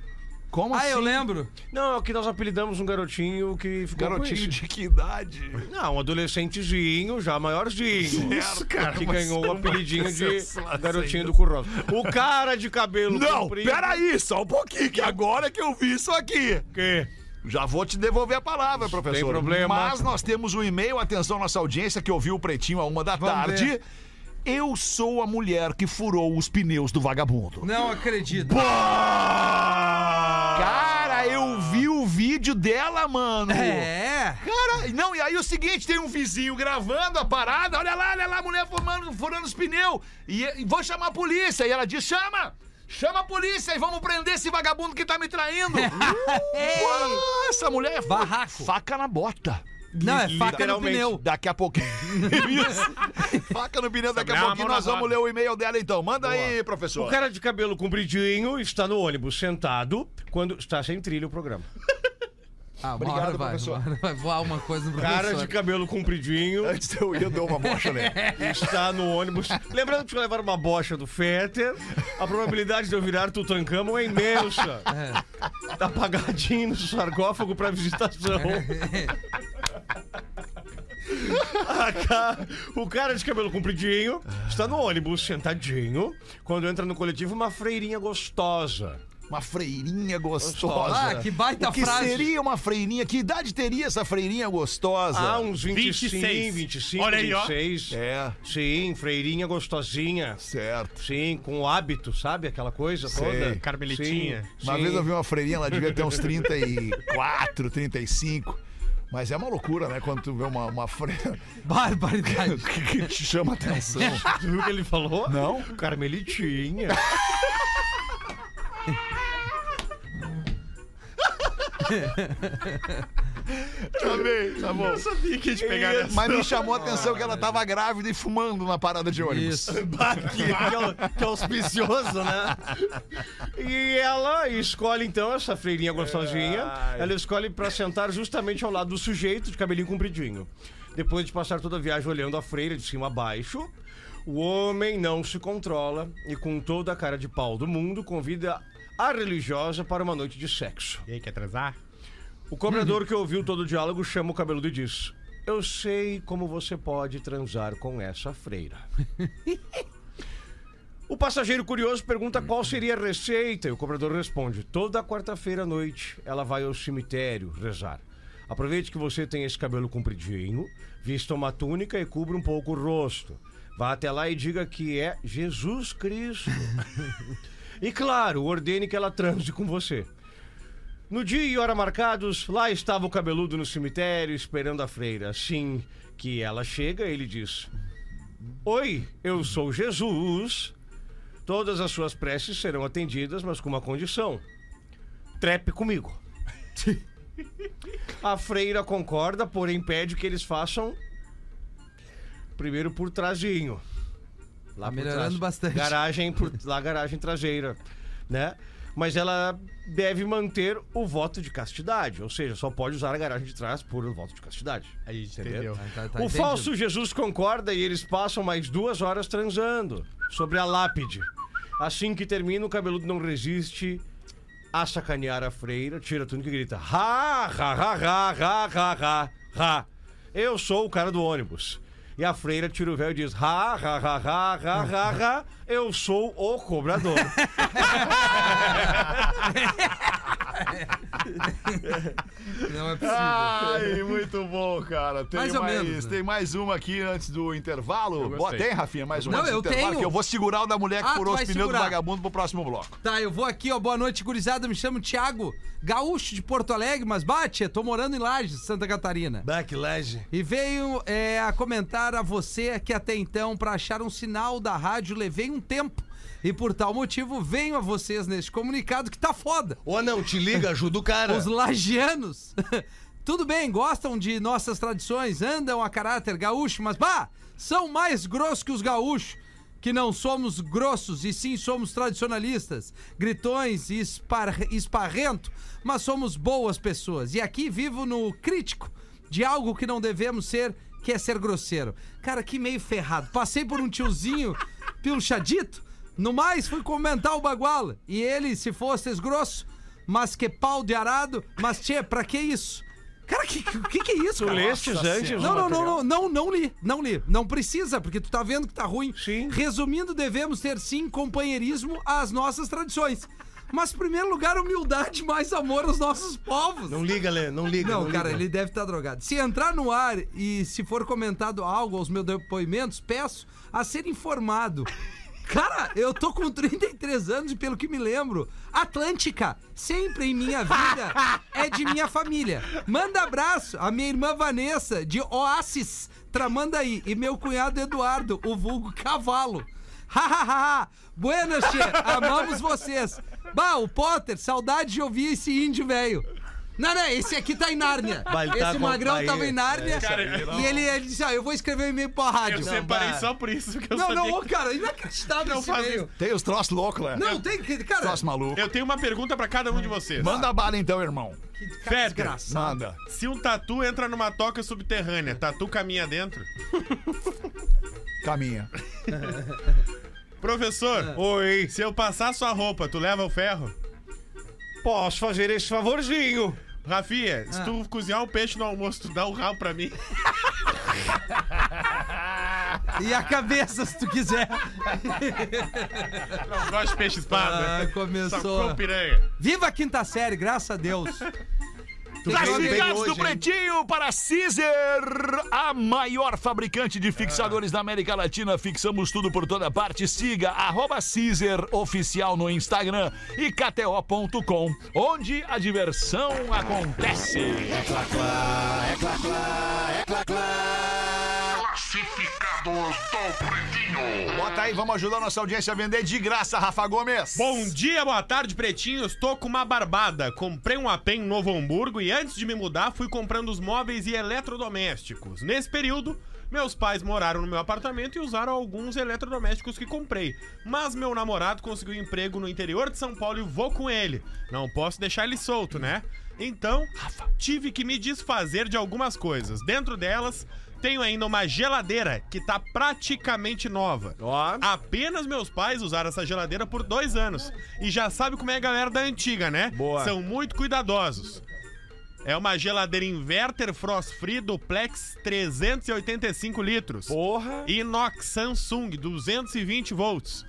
S3: Como
S4: Ah, eu lembro.
S7: Não, é que nós apelidamos um garotinho que ficou com
S3: Garotinho
S7: isso.
S3: de que idade?
S7: Não, um adolescentezinho, já maiorzinho.
S3: Isso, é cara,
S7: Que
S3: mas
S7: ganhou o
S3: não
S7: apelidinho
S3: vai
S7: de
S3: ser sensacional.
S7: garotinho do Currosa. O cara de cabelo
S3: Não,
S7: comprido...
S3: peraí, só um pouquinho, que agora que eu vi isso aqui.
S7: Que...
S3: Já vou te devolver a palavra, professor.
S7: tem problema.
S3: Mas nós temos um e-mail, atenção nossa audiência que ouviu o Pretinho a uma da tarde. Eu sou a mulher que furou os pneus do vagabundo.
S4: Não acredito.
S3: Cara, eu vi o vídeo dela, mano.
S4: É.
S3: Cara, não, e aí o seguinte, tem um vizinho gravando a parada, olha lá, olha lá, a mulher fumando, furando os pneus, e, e vou chamar a polícia, e ela diz, chama, chama a polícia e vamos prender esse vagabundo que tá me traindo. Nossa, a mulher é fa-
S4: Barraco.
S3: faca na bota.
S4: Não, é faca no
S7: Literalmente.
S4: pneu.
S3: Daqui a pouquinho. Isso. Faca no pneu, daqui
S7: Sobre
S3: a
S7: a
S3: pouquinho
S7: mão
S3: nós
S7: na
S3: vamos
S7: roda.
S3: ler o e-mail dela então. Manda aí,
S7: O
S3: professor.
S7: cara de cabelo compridinho está no ônibus sentado quando está sem trilho o programa.
S4: Ah, uma
S3: Obrigado,
S4: hora vai,
S3: professor.
S4: uma hora vai voar uma coisa no professor.
S7: Cara de cabelo compridinho
S3: Antes de eu ir, eu dou uma mocha, né?
S7: está no ônibus. Lembrando que levar uma bocha do Fetter, a probabilidade de eu virar Tutankhamon é imensa.
S5: É.
S7: Tá apagadinho no sarcófago para visitação. A ca- Ah, tá. O cara de cabelo compridinho está no ônibus sentadinho quando entra no coletivo uma freirinha gostosa.
S3: Uma freirinha gostosa.
S4: Ah, que baita
S3: O que
S4: frase.
S3: seria uma freirinha? Que idade teria essa freirinha gostosa?
S7: Ah, uns 25,
S5: 26.
S7: 25,
S5: Olha aí, ó.
S7: 26.
S3: É,
S7: Sim, freirinha gostosinha.
S3: certo.
S7: Sim, com hábito, sabe? Aquela coisa toda.
S5: Carmelitinha.
S7: Sim,
S3: Uma
S7: sim.
S3: vez eu vi uma freirinha, ela devia ter uns 34, 35. Mas é uma loucura, né? Quando tu vê uma, uma freira
S4: Barbaridade.
S3: que, que te chama atenção.
S7: Tu viu o que ele falou?
S3: Não.
S7: Carmelitinha.
S3: Tá bem, tá bom.
S5: sabia que ia te pegar nessa.
S3: Mas me chamou a atenção que ela tava grávida e fumando na parada de ônibus.
S4: Isso.
S7: Bah, que, é que, que auspicioso, né? E ela escolhe, então, essa freirinha gostosinha. Ela escolhe pra sentar justamente ao lado do sujeito, de cabelinho compridinho. Depois de passar toda a viagem olhando a freira de cima a baixo, o homem não se controla e, com toda a cara de pau do mundo, convida a religiosa para uma noite de sexo.
S5: E aí, quer atrasar?
S7: O cobrador que ouviu todo o diálogo chama o cabeludo e diz: Eu sei como você pode transar com essa freira. o passageiro curioso pergunta qual seria a receita e o cobrador responde: Toda quarta-feira à noite ela vai ao cemitério rezar. Aproveite que você tem esse cabelo compridinho, vista uma túnica e cubra um pouco o rosto. Vá até lá e diga que é Jesus Cristo. e claro, ordene que ela transe com você. No dia e hora marcados, lá estava o cabeludo no cemitério esperando a freira. Assim que ela chega, ele diz: Oi, eu sou Jesus. Todas as suas preces serão atendidas, mas com uma condição: trepe comigo. A freira concorda, porém pede que eles façam primeiro por trazinho. Lá
S4: Tá
S7: por
S4: melhorando bastante.
S7: Garagem por lá garagem traseira, né? Mas ela deve manter o voto de castidade, ou seja, só pode usar a garagem de trás por o voto de castidade. É
S5: Aí, entendeu?
S4: Tá, tá, tá
S7: o
S4: entendido.
S7: falso Jesus concorda e eles passam mais duas horas transando sobre a lápide. Assim que termina, o cabeludo não resiste a sacanear a freira, tira a túnica e grita: Ha, ha, ha, ha, ha, ha, ha, ha. Eu sou o cara do ônibus. E a freira tira o véu e diz: Ha, ha, ha, ha, ha, ha, ha. Eu sou o cobrador.
S4: Não é possível.
S3: Ai, muito bom, cara. Tem mais,
S4: Mais ou menos, né?
S3: tem mais uma aqui antes do intervalo. Boa, tem, Rafinha, mais uma
S4: Não,
S3: antes do
S4: eu
S3: intervalo,
S4: tenho.
S3: que eu vou segurar o da mulher que
S4: Ah, tu
S3: furou os
S4: vai
S3: pneus
S4: segurar.
S3: do vagabundo pro próximo bloco.
S4: Tá, eu vou aqui, ó. Boa noite, gurizada. Me chamo Thiago, gaúcho de Porto Alegre, mas bate, tô morando em Lages, Santa Catarina.
S6: Backlage.
S4: E veio é, a comentar a você que até então, para achar um sinal da rádio, levei um tempo. E por tal motivo, venho a vocês neste comunicado que tá foda.
S6: Ou não, te liga, ajuda o cara.
S4: Os lagianos. Tudo bem, gostam de nossas tradições, andam a caráter gaúcho, mas bah, são mais grossos que os gaúchos. que não somos grossos e sim somos tradicionalistas, gritões e espar esparrento, mas somos boas pessoas. E aqui vivo no crítico de algo que não devemos ser, que é ser grosseiro. Cara, que meio ferrado. Passei por um tiozinho pilchadito, no mais fui comentar o baguala. E ele, se fosses grosso, mas que pau de arado, mas tchê, pra que isso? Cara, que, que, que que é isso,
S7: Tu
S4: cara?
S7: lestes antes o
S4: Não, não, não, não,
S7: material?
S4: não, não li, não li. Não precisa, porque tu tá vendo que tá ruim.
S7: Sim.
S4: Resumindo, devemos ter sim companheirismo às nossas tradições. Mas, em primeiro lugar, humildade mais amor aos nossos povos.
S6: Não liga, Lê, não liga.
S4: Não, cara,
S6: liga.
S4: ele deve estar drogado. Se entrar no ar e se for comentado algo aos meus depoimentos, peço a ser informado. Cara, eu tô com 33 anos e pelo que me lembro, Atlântica, sempre em minha vida, é de minha família. Manda abraço a minha irmã Vanessa, de Oasis, Tramandaí, e meu cunhado Eduardo, o vulgo cavalo. Hahaha! Buenas, che! Amamos vocês! Bah, o Potter, saudade de ouvir esse índio velho. Não, não, esse aqui tá em Nárnia.
S6: Bah, ele tá
S4: esse
S6: com-
S4: magrão
S6: bah, ele-
S4: tava em Nárnia.
S5: cara,
S4: e ele, ele disse: Ah, eu vou escrever um e-mail pra
S5: Eu
S4: rádio.
S5: separei
S6: bah.
S5: só por isso que eu
S4: Não,
S5: sabia
S4: não, ô,
S5: que-
S4: cara, inacreditável
S5: Não
S4: esse
S5: faz
S4: e-mail.
S5: isso.
S3: Tem os troços loucos, né?
S4: Não, tem que. Cara,
S3: Troço maluco.
S5: Eu tenho uma pergunta pra cada um de vocês.
S3: Manda bala então, irmão.
S4: que cara
S5: Feder.
S4: desgraçado.
S3: Manda.
S5: Se um tatu entra numa toca subterrânea, tatu caminha dentro?
S3: Caminha.
S5: Professor,
S7: É. Oi,
S5: se eu passar sua roupa, tu leva o ferro?
S7: posso fazer esse favorzinho? Ah.
S5: Rafinha, se tu cozinhar um peixe no almoço, tu dá um rabo pra mim.
S4: E a cabeça, se tu quiser.
S5: Não gosto de peixe espada.
S4: Ah, começou.
S5: Sacou piranha.
S4: Viva a quinta série, graças a Deus.
S3: Classificados
S6: hoje,
S3: do
S6: hein?
S3: Pretinho para Caesar, a maior fabricante de fixadores da América Latina. Fixamos tudo por toda parte. Siga arroba Caesar oficial no Instagram e KTO.com, onde a diversão acontece. Bota aí, vamos ajudar nossa audiência a vender de graça, Rafa Gomes.
S5: Bom dia, boa tarde, pretinhos. Tô com uma barbada. Comprei um AP em Novo Hamburgo e antes de me mudar, fui comprando os móveis e eletrodomésticos. Nesse período, meus pais moraram no meu apartamento e usaram alguns eletrodomésticos que comprei. Mas meu namorado conseguiu emprego no interior de São Paulo e vou com ele. Não posso deixar ele solto, né? Então, tive que me desfazer de algumas coisas. Dentro delas, tenho ainda uma geladeira que tá praticamente nova.
S7: Ó.
S5: Apenas meus pais usaram essa geladeira por dois anos. E já sabe como é a galera da antiga, né?
S7: Boa.
S5: São muito cuidadosos. É uma geladeira inverter frost free duplex 385 litros.
S7: Porra.
S5: Inox Samsung 220 volts.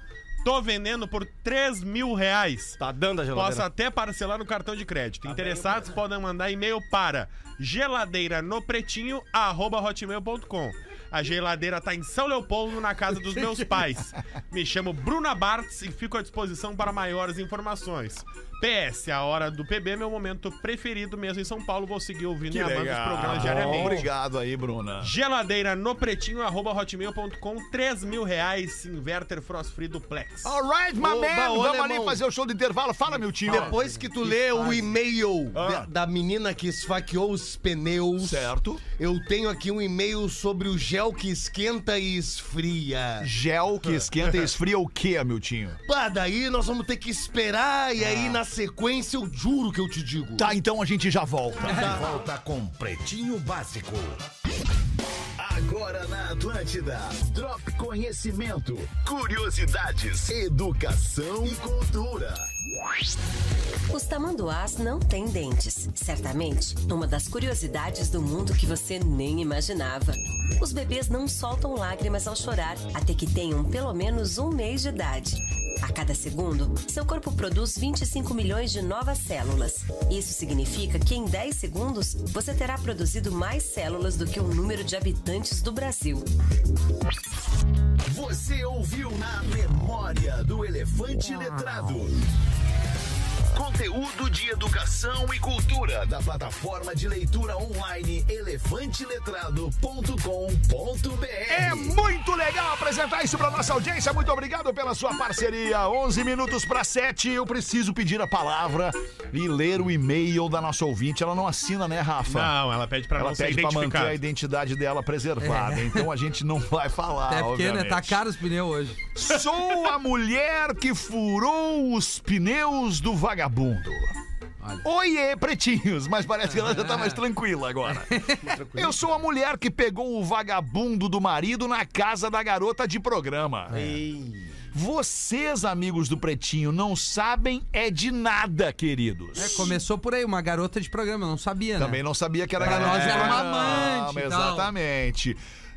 S5: Tô vendendo por 3 mil reais.
S7: Tá dando a geladeira.
S5: Posso até parcelar no cartão de crédito. Interessados podem mandar e-mail para geladeiranopretinho.hotmail.com A geladeira tá em São Leopoldo, na casa dos meus pais. Me chamo Bruna Bartz e fico à disposição para maiores informações. PS, a hora do PB é meu momento preferido mesmo em São Paulo. Vou seguir ouvindo e amando os programas diariamente.
S3: Obrigado aí, Bruna.
S5: Geladeira no pretinho, arroba hotmail.com, 3 mil reais, inverter frost free duplex.
S3: Alright, my
S6: Oba,
S3: man.
S6: ô,
S3: Vamos ali
S6: alemão.
S3: fazer o show do intervalo. Fala, meu tio.
S6: Depois que tu lê o e-mail da- da menina que esfaqueou os pneus,
S3: Certo.
S6: eu tenho aqui um e-mail sobre o gel que esquenta e esfria.
S3: Gel que esquenta e esfria o quê, meu tio?
S6: Pá, daí nós vamos ter que esperar e aí na sequência eu juro que eu te digo.
S3: Tá, então a gente já volta.
S1: De volta com Pretinho Básico. Agora na Atlântida, Drop Conhecimento, Curiosidades, Educação e Cultura.
S10: Os tamanduás não têm dentes. Certamente, uma das curiosidades do mundo que você nem imaginava. Os bebês não soltam lágrimas ao chorar até que tenham pelo menos um mês de idade. A cada segundo, seu corpo produz 25 milhões de novas células. Isso significa que em 10 segundos você terá produzido mais células do que o número de habitantes do Brasil.
S1: Você ouviu na memória do Elefante Letrado. Conteúdo de educação e cultura da plataforma de leitura online elefanteletrado.com.br.
S3: É muito legal, apresentar isso para nossa audiência. Muito obrigado pela sua parceria. 11 minutos para 7. Eu preciso pedir a palavra e ler o e-mail da nossa ouvinte. Ela não assina, né, Rafa?
S5: Não, ela pede pra
S3: Ela
S5: não ser
S3: pede pra manter
S5: identificada.
S3: a identidade dela preservada. Então a gente não vai falar.
S5: É
S4: Até porque, né?
S3: Ah, obviamente.
S4: Tá caro os pneus hoje.
S3: Sou a mulher que furou os pneus do vagabundo. Oiê, pretinhos, mas parece que ela já tá mais tranquila agora. Eu sou a mulher que pegou o vagabundo do marido na casa da garota de programa.
S4: É.
S3: Vocês, amigos do Pretinho, não sabem é de nada, queridos.
S4: É, começou por aí, uma garota de programa, eu não sabia, né?
S3: Também não sabia que era
S4: Pra
S3: garota.
S4: nós era uma
S3: Não,
S4: amante e tal.
S3: Exatamente.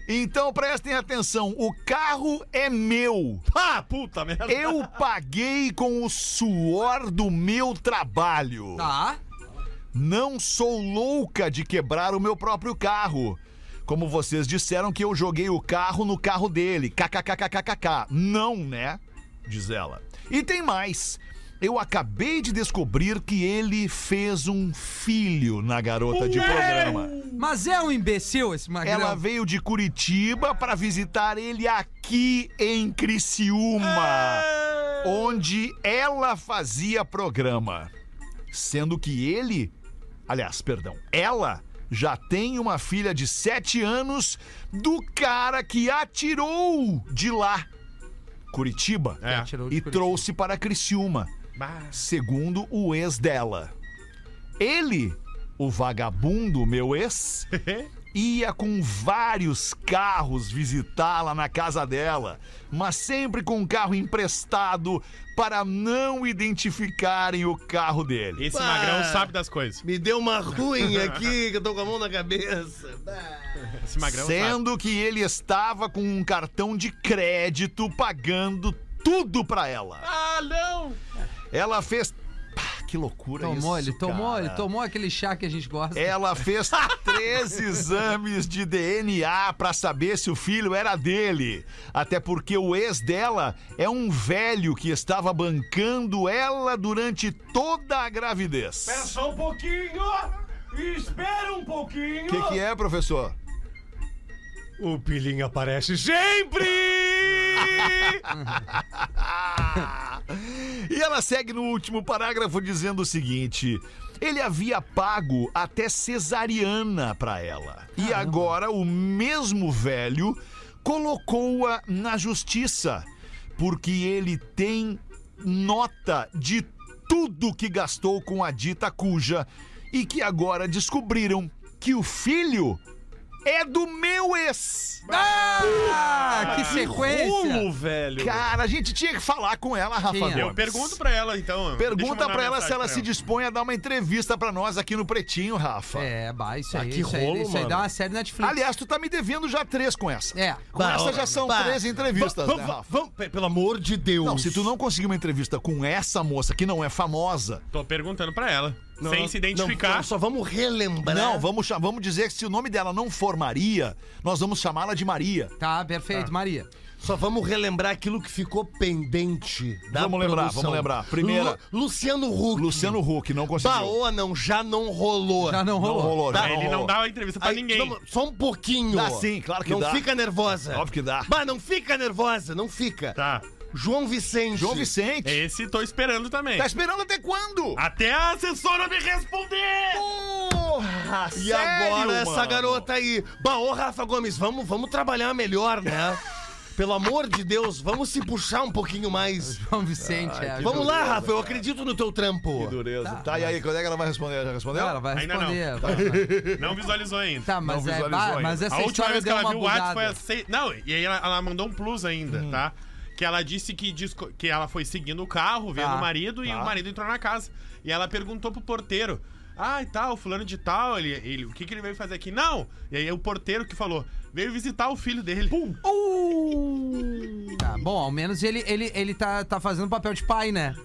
S3: Então prestem atenção, o carro é meu.
S5: Ah, puta merda.
S3: Eu paguei com o suor do meu trabalho.
S4: Tá.
S3: Não sou louca de quebrar o meu próprio carro. Como vocês disseram que eu joguei o carro no carro dele. KKKKKK. Não, né? Diz ela. E tem mais. Eu acabei de descobrir que ele fez um filho na garota de programa.
S4: Mas é um imbecil esse magrão.
S3: Ela veio de Curitiba para visitar ele aqui em Criciúma, onde ela fazia programa. Sendo que ele, aliás, perdão, ela já tem uma filha de 7 anos do cara que atirou de lá, Curitiba,
S5: É.
S4: Tirou de
S3: e
S4: Curitiba.
S3: trouxe para Criciúma
S5: Bah.
S3: segundo o ex dela. Ele, o vagabundo, meu ex, ia com vários carros visitá-la na casa dela, mas sempre com um carro emprestado para não identificarem o carro dele.
S5: Esse
S6: Bah.
S5: magrão sabe das coisas.
S6: Me deu uma ruim aqui, que eu tô com a mão na cabeça. Bah.
S5: Esse é magrão sabe.
S3: Sendo que ele estava com um cartão de crédito pagando tudo para ela.
S5: Ah, não!
S3: Ela fez. Pá, que loucura
S4: Tomou,
S3: isso.
S4: ele tomou,
S3: cara.
S4: ele tomou aquele chá que a gente gosta.
S3: Ela fez três exames de DNA pra saber se o filho era dele. Até porque o ex dela é um velho que estava bancando ela durante toda a gravidez.
S7: Só um pouquinho! Espera um pouquinho!
S3: O que, que é, professor?
S7: O pilinho aparece sempre!
S3: E ela segue no último parágrafo dizendo o seguinte: ele havia pago até cesariana pra ela. E agora o mesmo velho colocou-a na justiça, porque ele tem nota de tudo que gastou com a dita cuja e que agora descobriram que o filho é do meu ex.
S4: Ah, que sequência!
S7: Como, velho?
S3: Cara, a gente tinha que falar com ela, Rafa.
S4: Tinha.
S3: Gomes.
S5: Eu pergunto pra ela, então. Deixa eu
S3: Pergunta
S5: mandar
S3: pra ela
S5: mensagem
S3: se ela se dispõe a dar uma entrevista pra nós aqui no Pretinho, Rafa.
S4: É, bah, isso aí,
S6: que
S4: isso,
S6: rolo,
S4: aí isso aí
S6: mano.
S4: dá uma série Netflix.
S3: Aliás, tu tá me devendo já três com essa.
S4: é.
S3: Com
S6: Bah,
S3: essa
S6: ó,
S3: já são
S6: bah.
S3: três entrevistas,
S6: Vamos,
S3: né,
S6: vamos,
S3: Rafa?
S6: vamos, pe- pelo amor de Deus.
S3: Não, se tu não conseguir uma entrevista com essa moça que não é famosa,
S5: Tô perguntando pra ela.
S6: Não,
S5: sem
S6: não,
S5: se identificar.
S6: não, só vamos
S4: Né?
S6: relembrar.
S3: não, vamos, cha- vamos dizer que se o nome dela não for Maria, nós vamos chamá-la de Maria.
S4: Tá, perfeito, Maria.
S6: Só vamos relembrar aquilo que ficou pendente da
S3: Vamos lembrar,
S6: produção.
S3: vamos lembrar. Primeira-
S6: Lu- Luciano Huck.
S3: Luciano
S4: Hum.
S3: Huck, não conseguiu.
S6: Baoa não, já não rolou.
S4: Já não
S3: Não
S4: rolou.
S3: rolou, já
S5: Aí ele não
S3: rolou.
S5: dá entrevista
S7: tá
S5: pra
S6: Aí,
S5: ninguém.
S6: não, só um pouquinho.
S3: Dá sim, claro que
S6: não
S3: dá.
S6: Não fica nervosa.
S3: é Óbvio que dá.
S6: Bah, não fica nervosa, não fica.
S5: Tá.
S6: João Vicente.
S3: João Vicente.
S4: É.
S5: Esse tô esperando também.
S3: Tá esperando até quando?
S5: Até a assessora me responder!
S3: Porra!
S6: E agora essa garota aí. Bah, ô Rafa Gomes, vamos, vamos trabalhar melhor, né? Pelo amor de Deus, vamos se puxar um pouquinho mais.
S4: João Vicente, é.
S6: Vamos lá, Rafa, eu acredito no teu trampo.
S3: Dureza. Tá, e aí, quando é que ela vai responder? Já respondeu?
S4: Ela vai
S5: Ainda não.
S4: responder.
S5: Não visualizou ainda.
S4: Tá, mas,
S3: Não
S4: é,
S3: visualizou
S4: bah,
S3: ainda.
S4: mas essa
S5: a última
S4: história
S5: vez que
S4: deu
S5: ela
S4: uma
S5: viu o WhatsApp foi
S4: bugada. Uhum.
S5: a seis... Não, e aí ela, ela mandou um plus ainda, tá? Que ela disse que, disco- que ela foi seguindo o carro, vendo
S4: Tá,
S5: o marido, e o marido entrou na casa. E ela perguntou pro porteiro. Ah, e tal, fulano de tal, ele, ele, o que, que ele veio fazer aqui? Não! E aí o porteiro que falou, veio visitar o filho dele.
S4: Tá, bom, ao menos ele, ele, ele tá, tá fazendo papel de pai, né?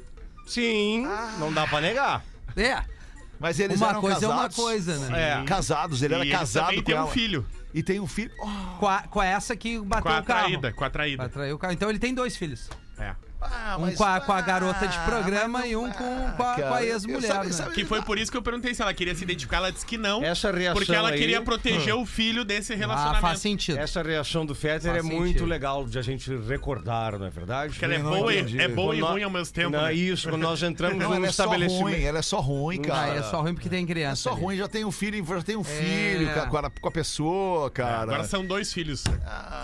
S7: Sim, Ah, não dá pra negar.
S4: É.
S3: Mas eles
S4: Uma
S3: eram
S4: coisa é uma
S3: casados.
S4: coisa, né?
S3: É. Casados, ele era
S5: e
S3: casado
S5: ele também
S3: com
S5: tem
S3: ela.
S5: um filho.
S3: E tem um filho. Oh,
S4: Com, a- com essa que
S5: É. Com
S4: bateu
S5: a
S4: o um carro.
S5: traída, com a traída.
S4: Atraiu o carro. Então ele tem dois filhos.
S5: É.
S3: Ah,
S4: Um
S3: mas-
S4: com a, com a
S3: ah,
S4: garota de programa e um com, com a, com a
S3: cara, eu-
S4: ex-mulher.
S3: sabe-
S4: né?
S3: sabe-
S5: Que foi por isso que eu perguntei se ela queria se identificar, ela disse que não.
S7: Essa reação
S5: Porque ela
S7: aí-
S5: queria proteger o filho desse
S4: hum. Ah,
S5: relacionamento.
S4: faz sentido.
S7: Essa reação do Fetter é
S4: Faz
S7: muito
S4: sentido.
S7: legal de a gente recordar, não é verdade?
S5: Porque ela é
S3: Eu não
S5: boa, e,
S3: entendi.
S5: é boa e
S7: Quando
S5: ruim
S7: nó-
S5: ao mesmo tempo.
S7: Não,
S5: né?
S7: Isso, quando nós entramos
S3: Não,
S7: num
S3: ela é só ruim,
S7: estabelecimento.
S3: ela é só ruim,
S4: Ah,
S3: cara.
S4: é só ruim porque tem criança.
S3: Só
S4: ali.
S3: ruim, já tem um filho, já tem um filho com a- com a, com a pessoa, cara.
S5: Agora são dois filhos.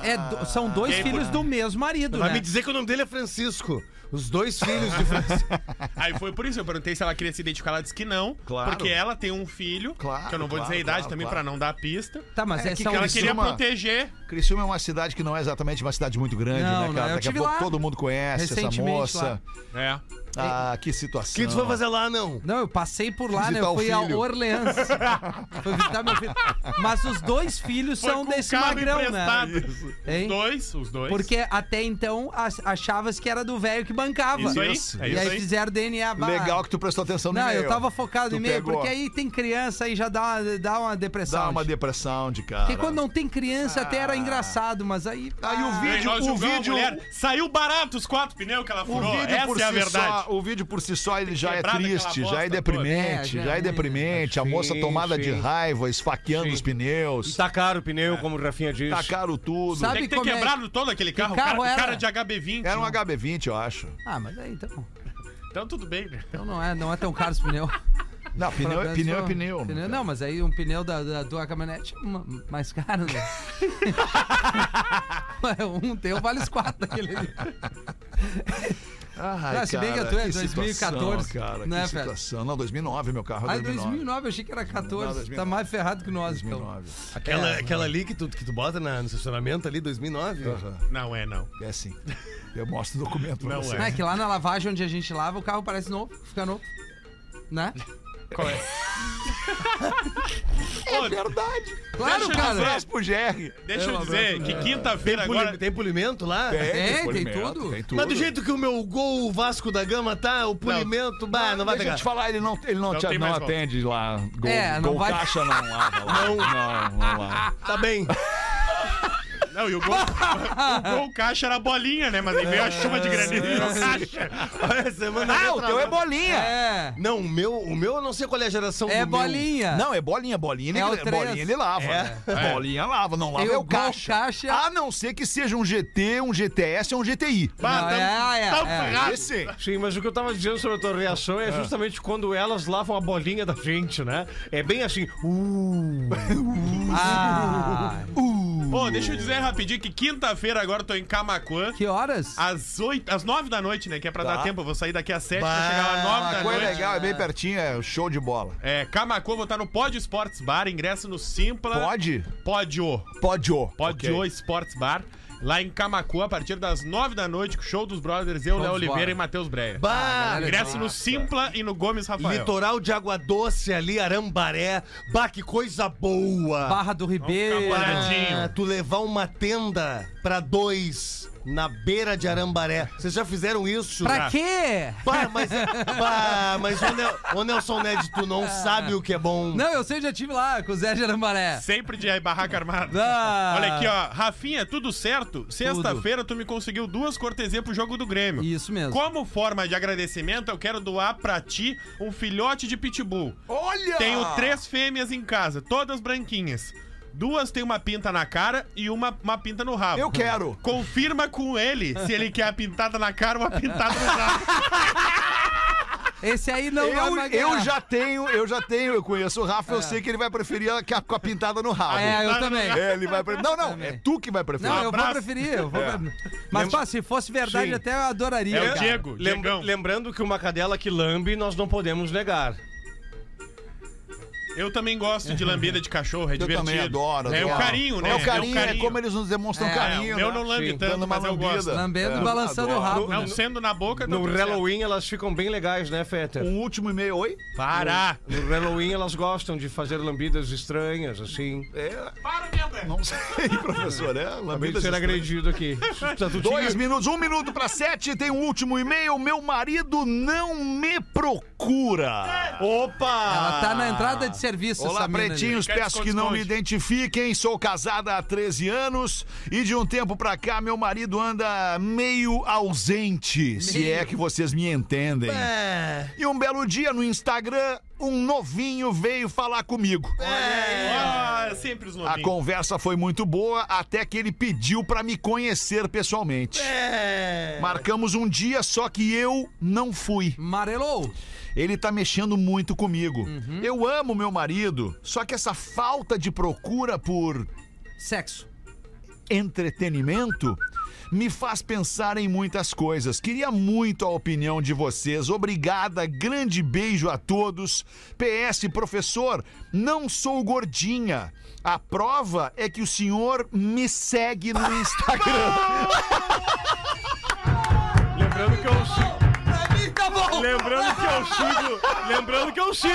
S4: É do- são dois
S5: E aí,
S4: filhos
S5: por-
S4: do mesmo marido,
S6: Vai
S4: né?
S6: me dizer que o nome dele é Francisco. Os dois filhos de Francisco.
S5: Aí foi por isso, eu perguntei se ela queria se identificar, ela disse que não.
S3: Claro.
S5: Porque ela tem um filho,
S3: Claro,
S5: que eu não vou
S3: claro,
S5: dizer a idade
S3: claro,
S5: também
S3: claro.
S5: pra não dar pista.
S4: Tá, mas
S3: É
S4: é,
S3: que
S4: são
S5: Que ela
S3: Isso,
S5: queria
S3: uma-
S5: proteger.
S3: Criciúma é uma cidade que não é exatamente uma cidade muito grande,
S4: Não,
S3: né,
S4: não,
S3: cara?
S4: eu
S3: Daqui a
S4: tive
S3: pouco
S4: lá
S3: todo mundo conhece essa
S4: recentemente
S3: moça.
S5: É.
S3: Ah, que situação.
S6: O que tu foi fazer lá, não?
S4: Não, eu passei por lá, né?
S6: Visitar
S4: Eu
S6: o
S4: fui a
S6: filho.
S4: Orleans. fui visitar meu filho. Mas os dois filhos
S5: Foi
S4: são
S5: com
S4: desse
S5: carro
S4: magrão, né?
S5: emprestado. Os
S4: Hein?
S5: dois, os dois.
S4: Porque até então as- achavas que era do velho que bancava.
S5: Isso aí,
S3: Isso.
S5: é
S4: e
S5: isso
S4: aí
S5: aí.
S4: fizeram DNA. bah.
S3: Legal que tu prestou atenção no
S4: Não,
S3: e-mail.
S4: eu tava focado
S3: Tu
S4: em meio,
S3: pegou.
S4: porque é aí tem criança aí já dá uma, dá uma depressão.
S3: Dá uma
S4: acho.
S3: depressão de cara. Tá
S4: Porque quando não tem criança até era engraçado, mas aí.
S3: Aí o
S5: Aí
S3: vídeo,
S5: Ah, nós
S3: o
S5: julgamos a
S3: vídeo,
S5: mulher. Saiu barato os quatro pneus que ela
S3: o
S5: furou.
S3: vídeo por
S5: Essa é a
S3: si
S5: verdade.
S3: só, o vídeo por si só ele já é
S5: Quebrada aquela
S3: triste, já é
S5: bosta
S3: deprimente,
S4: toda. É,
S3: já
S4: já
S3: é
S4: é.
S3: deprimente. A
S7: Sim,
S3: moça tomada de
S7: sim.
S3: raiva, esfaqueando
S7: Sim.
S3: os pneus,
S7: Tá caro o pneu,
S6: É.
S7: como o
S6: Tá
S7: Rafinha disse.
S3: tacaram tudo.
S4: Sabe
S5: Tem que ter
S4: como é-
S5: quebrado todo aquele carro.
S4: carro
S5: o cara, o
S4: era?
S5: cara de HB20.
S3: Era um
S5: né?
S3: HB20, eu acho.
S4: Ah, mas aí então.
S5: Então tudo bem, né?
S4: Então não é, não é tão caro os pneus.
S3: Não, pneu, é
S4: Pra-
S3: pneu é
S4: só-
S3: pneu. né, cara?
S4: Não, mas aí um pneu da, da tua caminhonete é ma- mais caro, né? Ué, um teu vale os quatro daquele ali.
S3: Ai,
S4: Ah, se bem que a tua é 2014,
S3: situação, cara,
S4: não é,
S3: que
S4: Fred?
S3: situação. Não, 2009 meu carro, é
S4: Ah, em
S3: 2009.
S4: 2009 eu achei que era 14. Tá
S3: 2009.
S4: mais ferrado que nós, então.
S3: 2009.
S6: Aquela, aquela ali que tu, que tu bota na- no estacionamento ali, 2009?
S5: Não é, não.
S3: É assim. Eu mostro o documento pra
S5: Não
S3: você.
S4: Não é que lá na lavagem onde a gente lava, o carro parece novo, fica novo. Né?
S5: Qual é? Ô,
S3: É Verdade.
S4: Claro,
S5: Deixa eu
S4: cara.
S5: dizer,
S3: Abraço pro GR.
S5: Deixa eu dizer que quinta-feira
S6: Poli-
S5: agora.
S6: Tem polimento lá?
S7: É,
S4: tem
S3: polimento,
S4: tudo.
S3: Tem tudo.
S6: Mas do jeito que o meu gol Vasco da Gama tá, o polimento, bah, não vai
S3: Deixa
S6: pegar.
S3: eu te falar, ele não, ele não,
S5: Não
S3: te,
S5: tem
S3: não
S5: mais volta.
S3: atende lá. Gol,
S4: É, não
S3: gol
S4: vai-
S3: caixa não lava lá. Não, não, não lava.
S6: Tá bem.
S5: Não, e o gol, o gol caixa era a bolinha, né? Mas aí veio a chuva
S3: É,
S5: de granito e virou caixa.
S6: Olha, semana
S3: Ah, o
S6: retrasada.
S3: teu é bolinha.
S4: É.
S6: Não, o meu, o meu eu não sei qual é a geração
S4: É
S6: do meu.
S4: bolinha.
S3: Não, é bolinha, bolinha. Ele,
S4: É o três.
S3: bolinha ele lava. né?
S5: É.
S3: Bolinha lava, não lava
S4: Eu
S3: é o
S4: gol
S3: caixa.
S4: caixa.
S3: A não ser que seja um GT, um GTS ou um GTI.
S5: Bah,
S4: Não,
S5: tamo-
S3: tá
S4: é, é,
S5: tamo
S4: é.
S5: ferrado.
S3: Esse.
S7: Sim, mas o que eu tava dizendo sobre a tua reação
S6: Ah.
S7: é justamente quando elas lavam a bolinha da gente, né? É bem assim. Uh,
S4: Ah,
S5: Ô, deixa eu dizer rapidinho que quinta-feira agora eu tô em Camacuã.
S4: que horas?
S3: Ah,
S5: Às oito, às nove da noite, né? Que é pra dar tempo. Eu vou sair daqui às sete pra chegar lá às nove
S3: Ah,
S5: da
S3: coisa
S5: noite.
S3: legal, é bem pertinho, é show de bola.
S5: É, Camacuã, vou estar no Pod Sports Bar, ingresso no Simpla.
S3: Pode?
S5: Pódio.
S3: Pode, ô.
S5: Pódio
S3: Ok.
S5: Sports Bar. Lá em Camacuã, a partir das nove da noite, com o show dos brothers, eu, Léo Oliveira
S4: bora.
S5: e Matheus Breia.
S6: Bah,
S5: Ingresso no Simpla e no Gomes Rafael.
S6: litoral de água doce ali, Arambaré. Bah, que coisa boa.
S4: Barra
S3: tá um
S4: do Ribeiro.
S5: Vamos ficar
S6: Ah, tu levar uma tenda pra dois na beira de Arambaré. Vocês já fizeram isso? né?
S4: Pra quê?
S6: Bah, mas, bah, mas ô, Nel- ô Nelson Ned, tu não sabe o que é bom.
S4: Ah. Não, eu sei, já tive lá com o Zé Jarambaré.
S5: Sempre de barraca armada.
S4: Ah.
S5: Olha aqui, ó. Rafinha, tudo certo? Sexta-feira tu me conseguiu duas cortesias pro jogo do Grêmio.
S4: Isso mesmo.
S5: Como forma de agradecimento, eu quero doar pra ti um filhote de pitbull. Olha! Tenho três fêmeas em casa, todas branquinhas. Duas têm uma pinta na cara e uma, uma pinta no rabo.
S3: Eu quero.
S5: Confirma com ele se ele quer a pintada na cara ou a pintada no rabo.
S4: Esse aí não vai
S3: Eu,
S4: magrar.
S3: eu já tenho, eu já tenho, eu conheço o Rafa, eu sei que ele vai preferir a, que a- com a pintada no rabo.
S4: É, eu também.
S3: É, ele vai preferir. Não, não, é tu que vai preferir.
S4: Não, eu vou
S5: Abraço.
S4: preferir. eu vou pre- Mas, pá, se fosse verdade,
S7: Sim.
S4: até eu adoraria.
S5: É o
S4: cara.
S5: Diego,
S7: lem-
S5: Diegão.
S7: lembrando que uma cadela que lambe nós não podemos negar.
S5: Eu também gosto de lambida de cachorro, é
S3: Eu
S5: divertido.
S3: também adoro.
S5: É o
S3: adoro.
S5: carinho, né?
S3: É o carinho, é, como eles nos demonstram
S4: É,
S5: É,
S3: carinho.
S5: o meu
S3: né?
S5: não lambe
S7: Sim,
S5: tanto,
S3: dando uma
S5: mas eu
S3: lambida.
S5: gosto.
S4: Lambendo
S3: É,
S4: e balançando o
S3: adoro.
S4: rabo.
S5: Não,
S4: né?
S5: sendo na boca... tá
S7: No
S5: tudo certo.
S7: Halloween elas ficam bem legais, né, Fetter?
S3: O Um último e-mail, oi?
S5: Para!
S7: No Halloween elas gostam de fazer lambidas estranhas, assim.
S5: Para, minha mulher.
S3: Não sei, professor, é?
S7: Acabei de
S3: Lambidas
S7: ser agredido aqui. Tá, tu
S3: Dois
S7: tinha-
S3: minutos, um minuto pra sete, tem um último e-mail. Meu marido não me procura.
S6: Opa!
S4: Ela tá na entrada de
S3: Ah.
S4: serviço
S3: Olá,
S4: essa mina ali.
S3: pretinhos,
S5: Quer
S3: peço que não me
S5: esconde-esconde.
S3: identifiquem. Sou casada há 13 anos e de um tempo pra cá meu marido anda meio ausente, se é que vocês me entendem.
S6: É.
S3: E um belo dia no Instagram, um novinho veio falar comigo.
S5: Ah, sempre os
S3: A
S5: novinhos.
S3: conversa foi muito boa até que ele pediu pra me conhecer pessoalmente.
S6: É.
S3: Marcamos um dia, só que eu não fui.
S4: Amarelou.
S3: Ele tá mexendo muito comigo. Eu amo meu marido, só que essa falta de procura por
S4: Sexo.
S3: entretenimento me faz pensar em muitas coisas. Queria muito a opinião de vocês. Obrigada, grande beijo a todos. PS, professor, não sou gordinha. A prova é que o senhor me segue no Instagram.
S7: Lembrando que eu sigo.
S4: Pra mim tá bom.
S7: Lembrando que eu sigo. Lembrando que é eu sigo.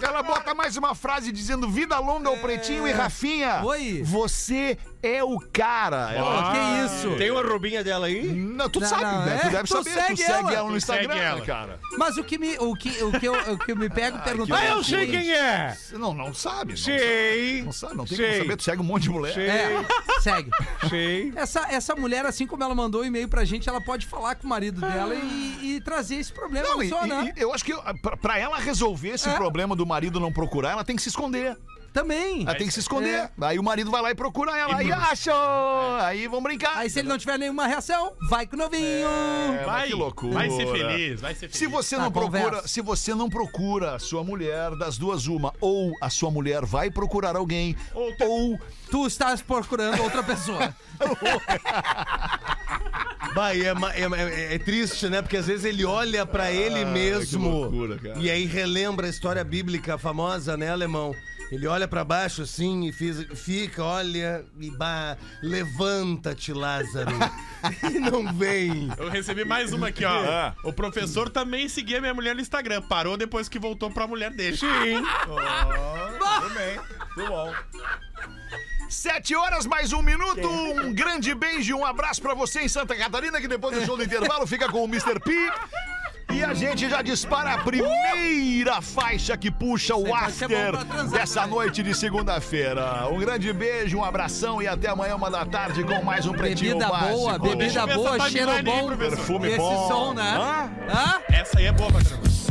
S3: Ela bota mais uma frase dizendo vida longa ao pretinho e Rafinha.
S4: Oi.
S3: Você é o cara. Ela-
S4: que isso?
S7: Tem uma roubinha dela aí?
S3: Não, tu
S4: Não,
S3: sabe,
S4: não,
S3: né?
S4: é,
S3: tu deve
S4: tu
S3: saber.
S4: segue
S3: tu segue
S4: ela.
S3: ela, no
S5: Tu segue
S3: Instagram, né,
S5: ela.
S3: cara.
S4: Mas o que me, o que, o que eu, o que eu me pego perguntando...
S7: Ah, eu sei quem é!
S3: Você Não, não sabe. Não sabe.
S7: Sei!
S3: Não sabe, não tem
S7: Sei.
S3: como saber. Tu segue um monte de mulher.
S7: Sei,
S4: É, segue.
S7: sei.
S4: Essa, essa mulher, assim como ela mandou o e-mail pra gente, ela pode falar com o marido dela e, e trazer esse problema
S3: Não, e,
S4: só, né?
S3: e- e eu acho que ah, pra, pra ela resolver esse
S4: É.
S3: problema do marido não procurar, ela tem que se esconder.
S4: Também.
S3: Ela tem que se esconder.
S4: É.
S3: Aí o marido vai lá e procura ela. E, acha! Aí vão brincar.
S4: Aí se ele não tiver nenhuma reação, vai com o novinho.
S3: É, mas
S5: Vai,
S3: que loucura.
S5: vai ser feliz, vai ser feliz.
S3: Se você
S4: Tá,
S3: não procura,
S4: conversa.
S3: se você não procura a sua mulher das duas uma, ou a sua mulher vai procurar alguém, ou,
S5: Ou tem-
S4: Tu estás procurando outra pessoa.
S6: Bah, e é, ma- é- é- é triste, né? Porque às vezes ele olha pra ele mesmo
S3: Ah, loucura, cara.
S6: e aí relembra a história bíblica famosa, né, alemão? Ele olha pra baixo assim e fiz- fica, olha e bah, levanta-te, Lázaro. e não vem.
S5: Eu recebi mais uma aqui, ó. O professor também seguia minha mulher no Instagram. Parou depois que voltou pra mulher dele. Sim.
S3: 7 horas mais um minuto. Um grande beijo e um abraço pra você em Santa Catarina, que depois do show do intervalo fica com o Mr. P. E a gente já dispara a primeira faixa que puxa o
S4: vai ser bom
S3: after
S4: tá pra transar né?
S3: dessa
S4: também.
S3: noite de segunda-feira. Um grande beijo, um abração e até amanhã, uma da tarde, com mais um Pretinho
S4: Bebida
S3: Básico.
S4: boa, bebida
S5: Deixa eu ver
S4: boa,
S5: essa
S4: cheiro
S5: timeline aí,
S4: bom.
S5: professor.
S3: Perfume
S4: Esse
S3: bom.
S4: som, né? Hã?
S5: Essa aí é boa pra transar.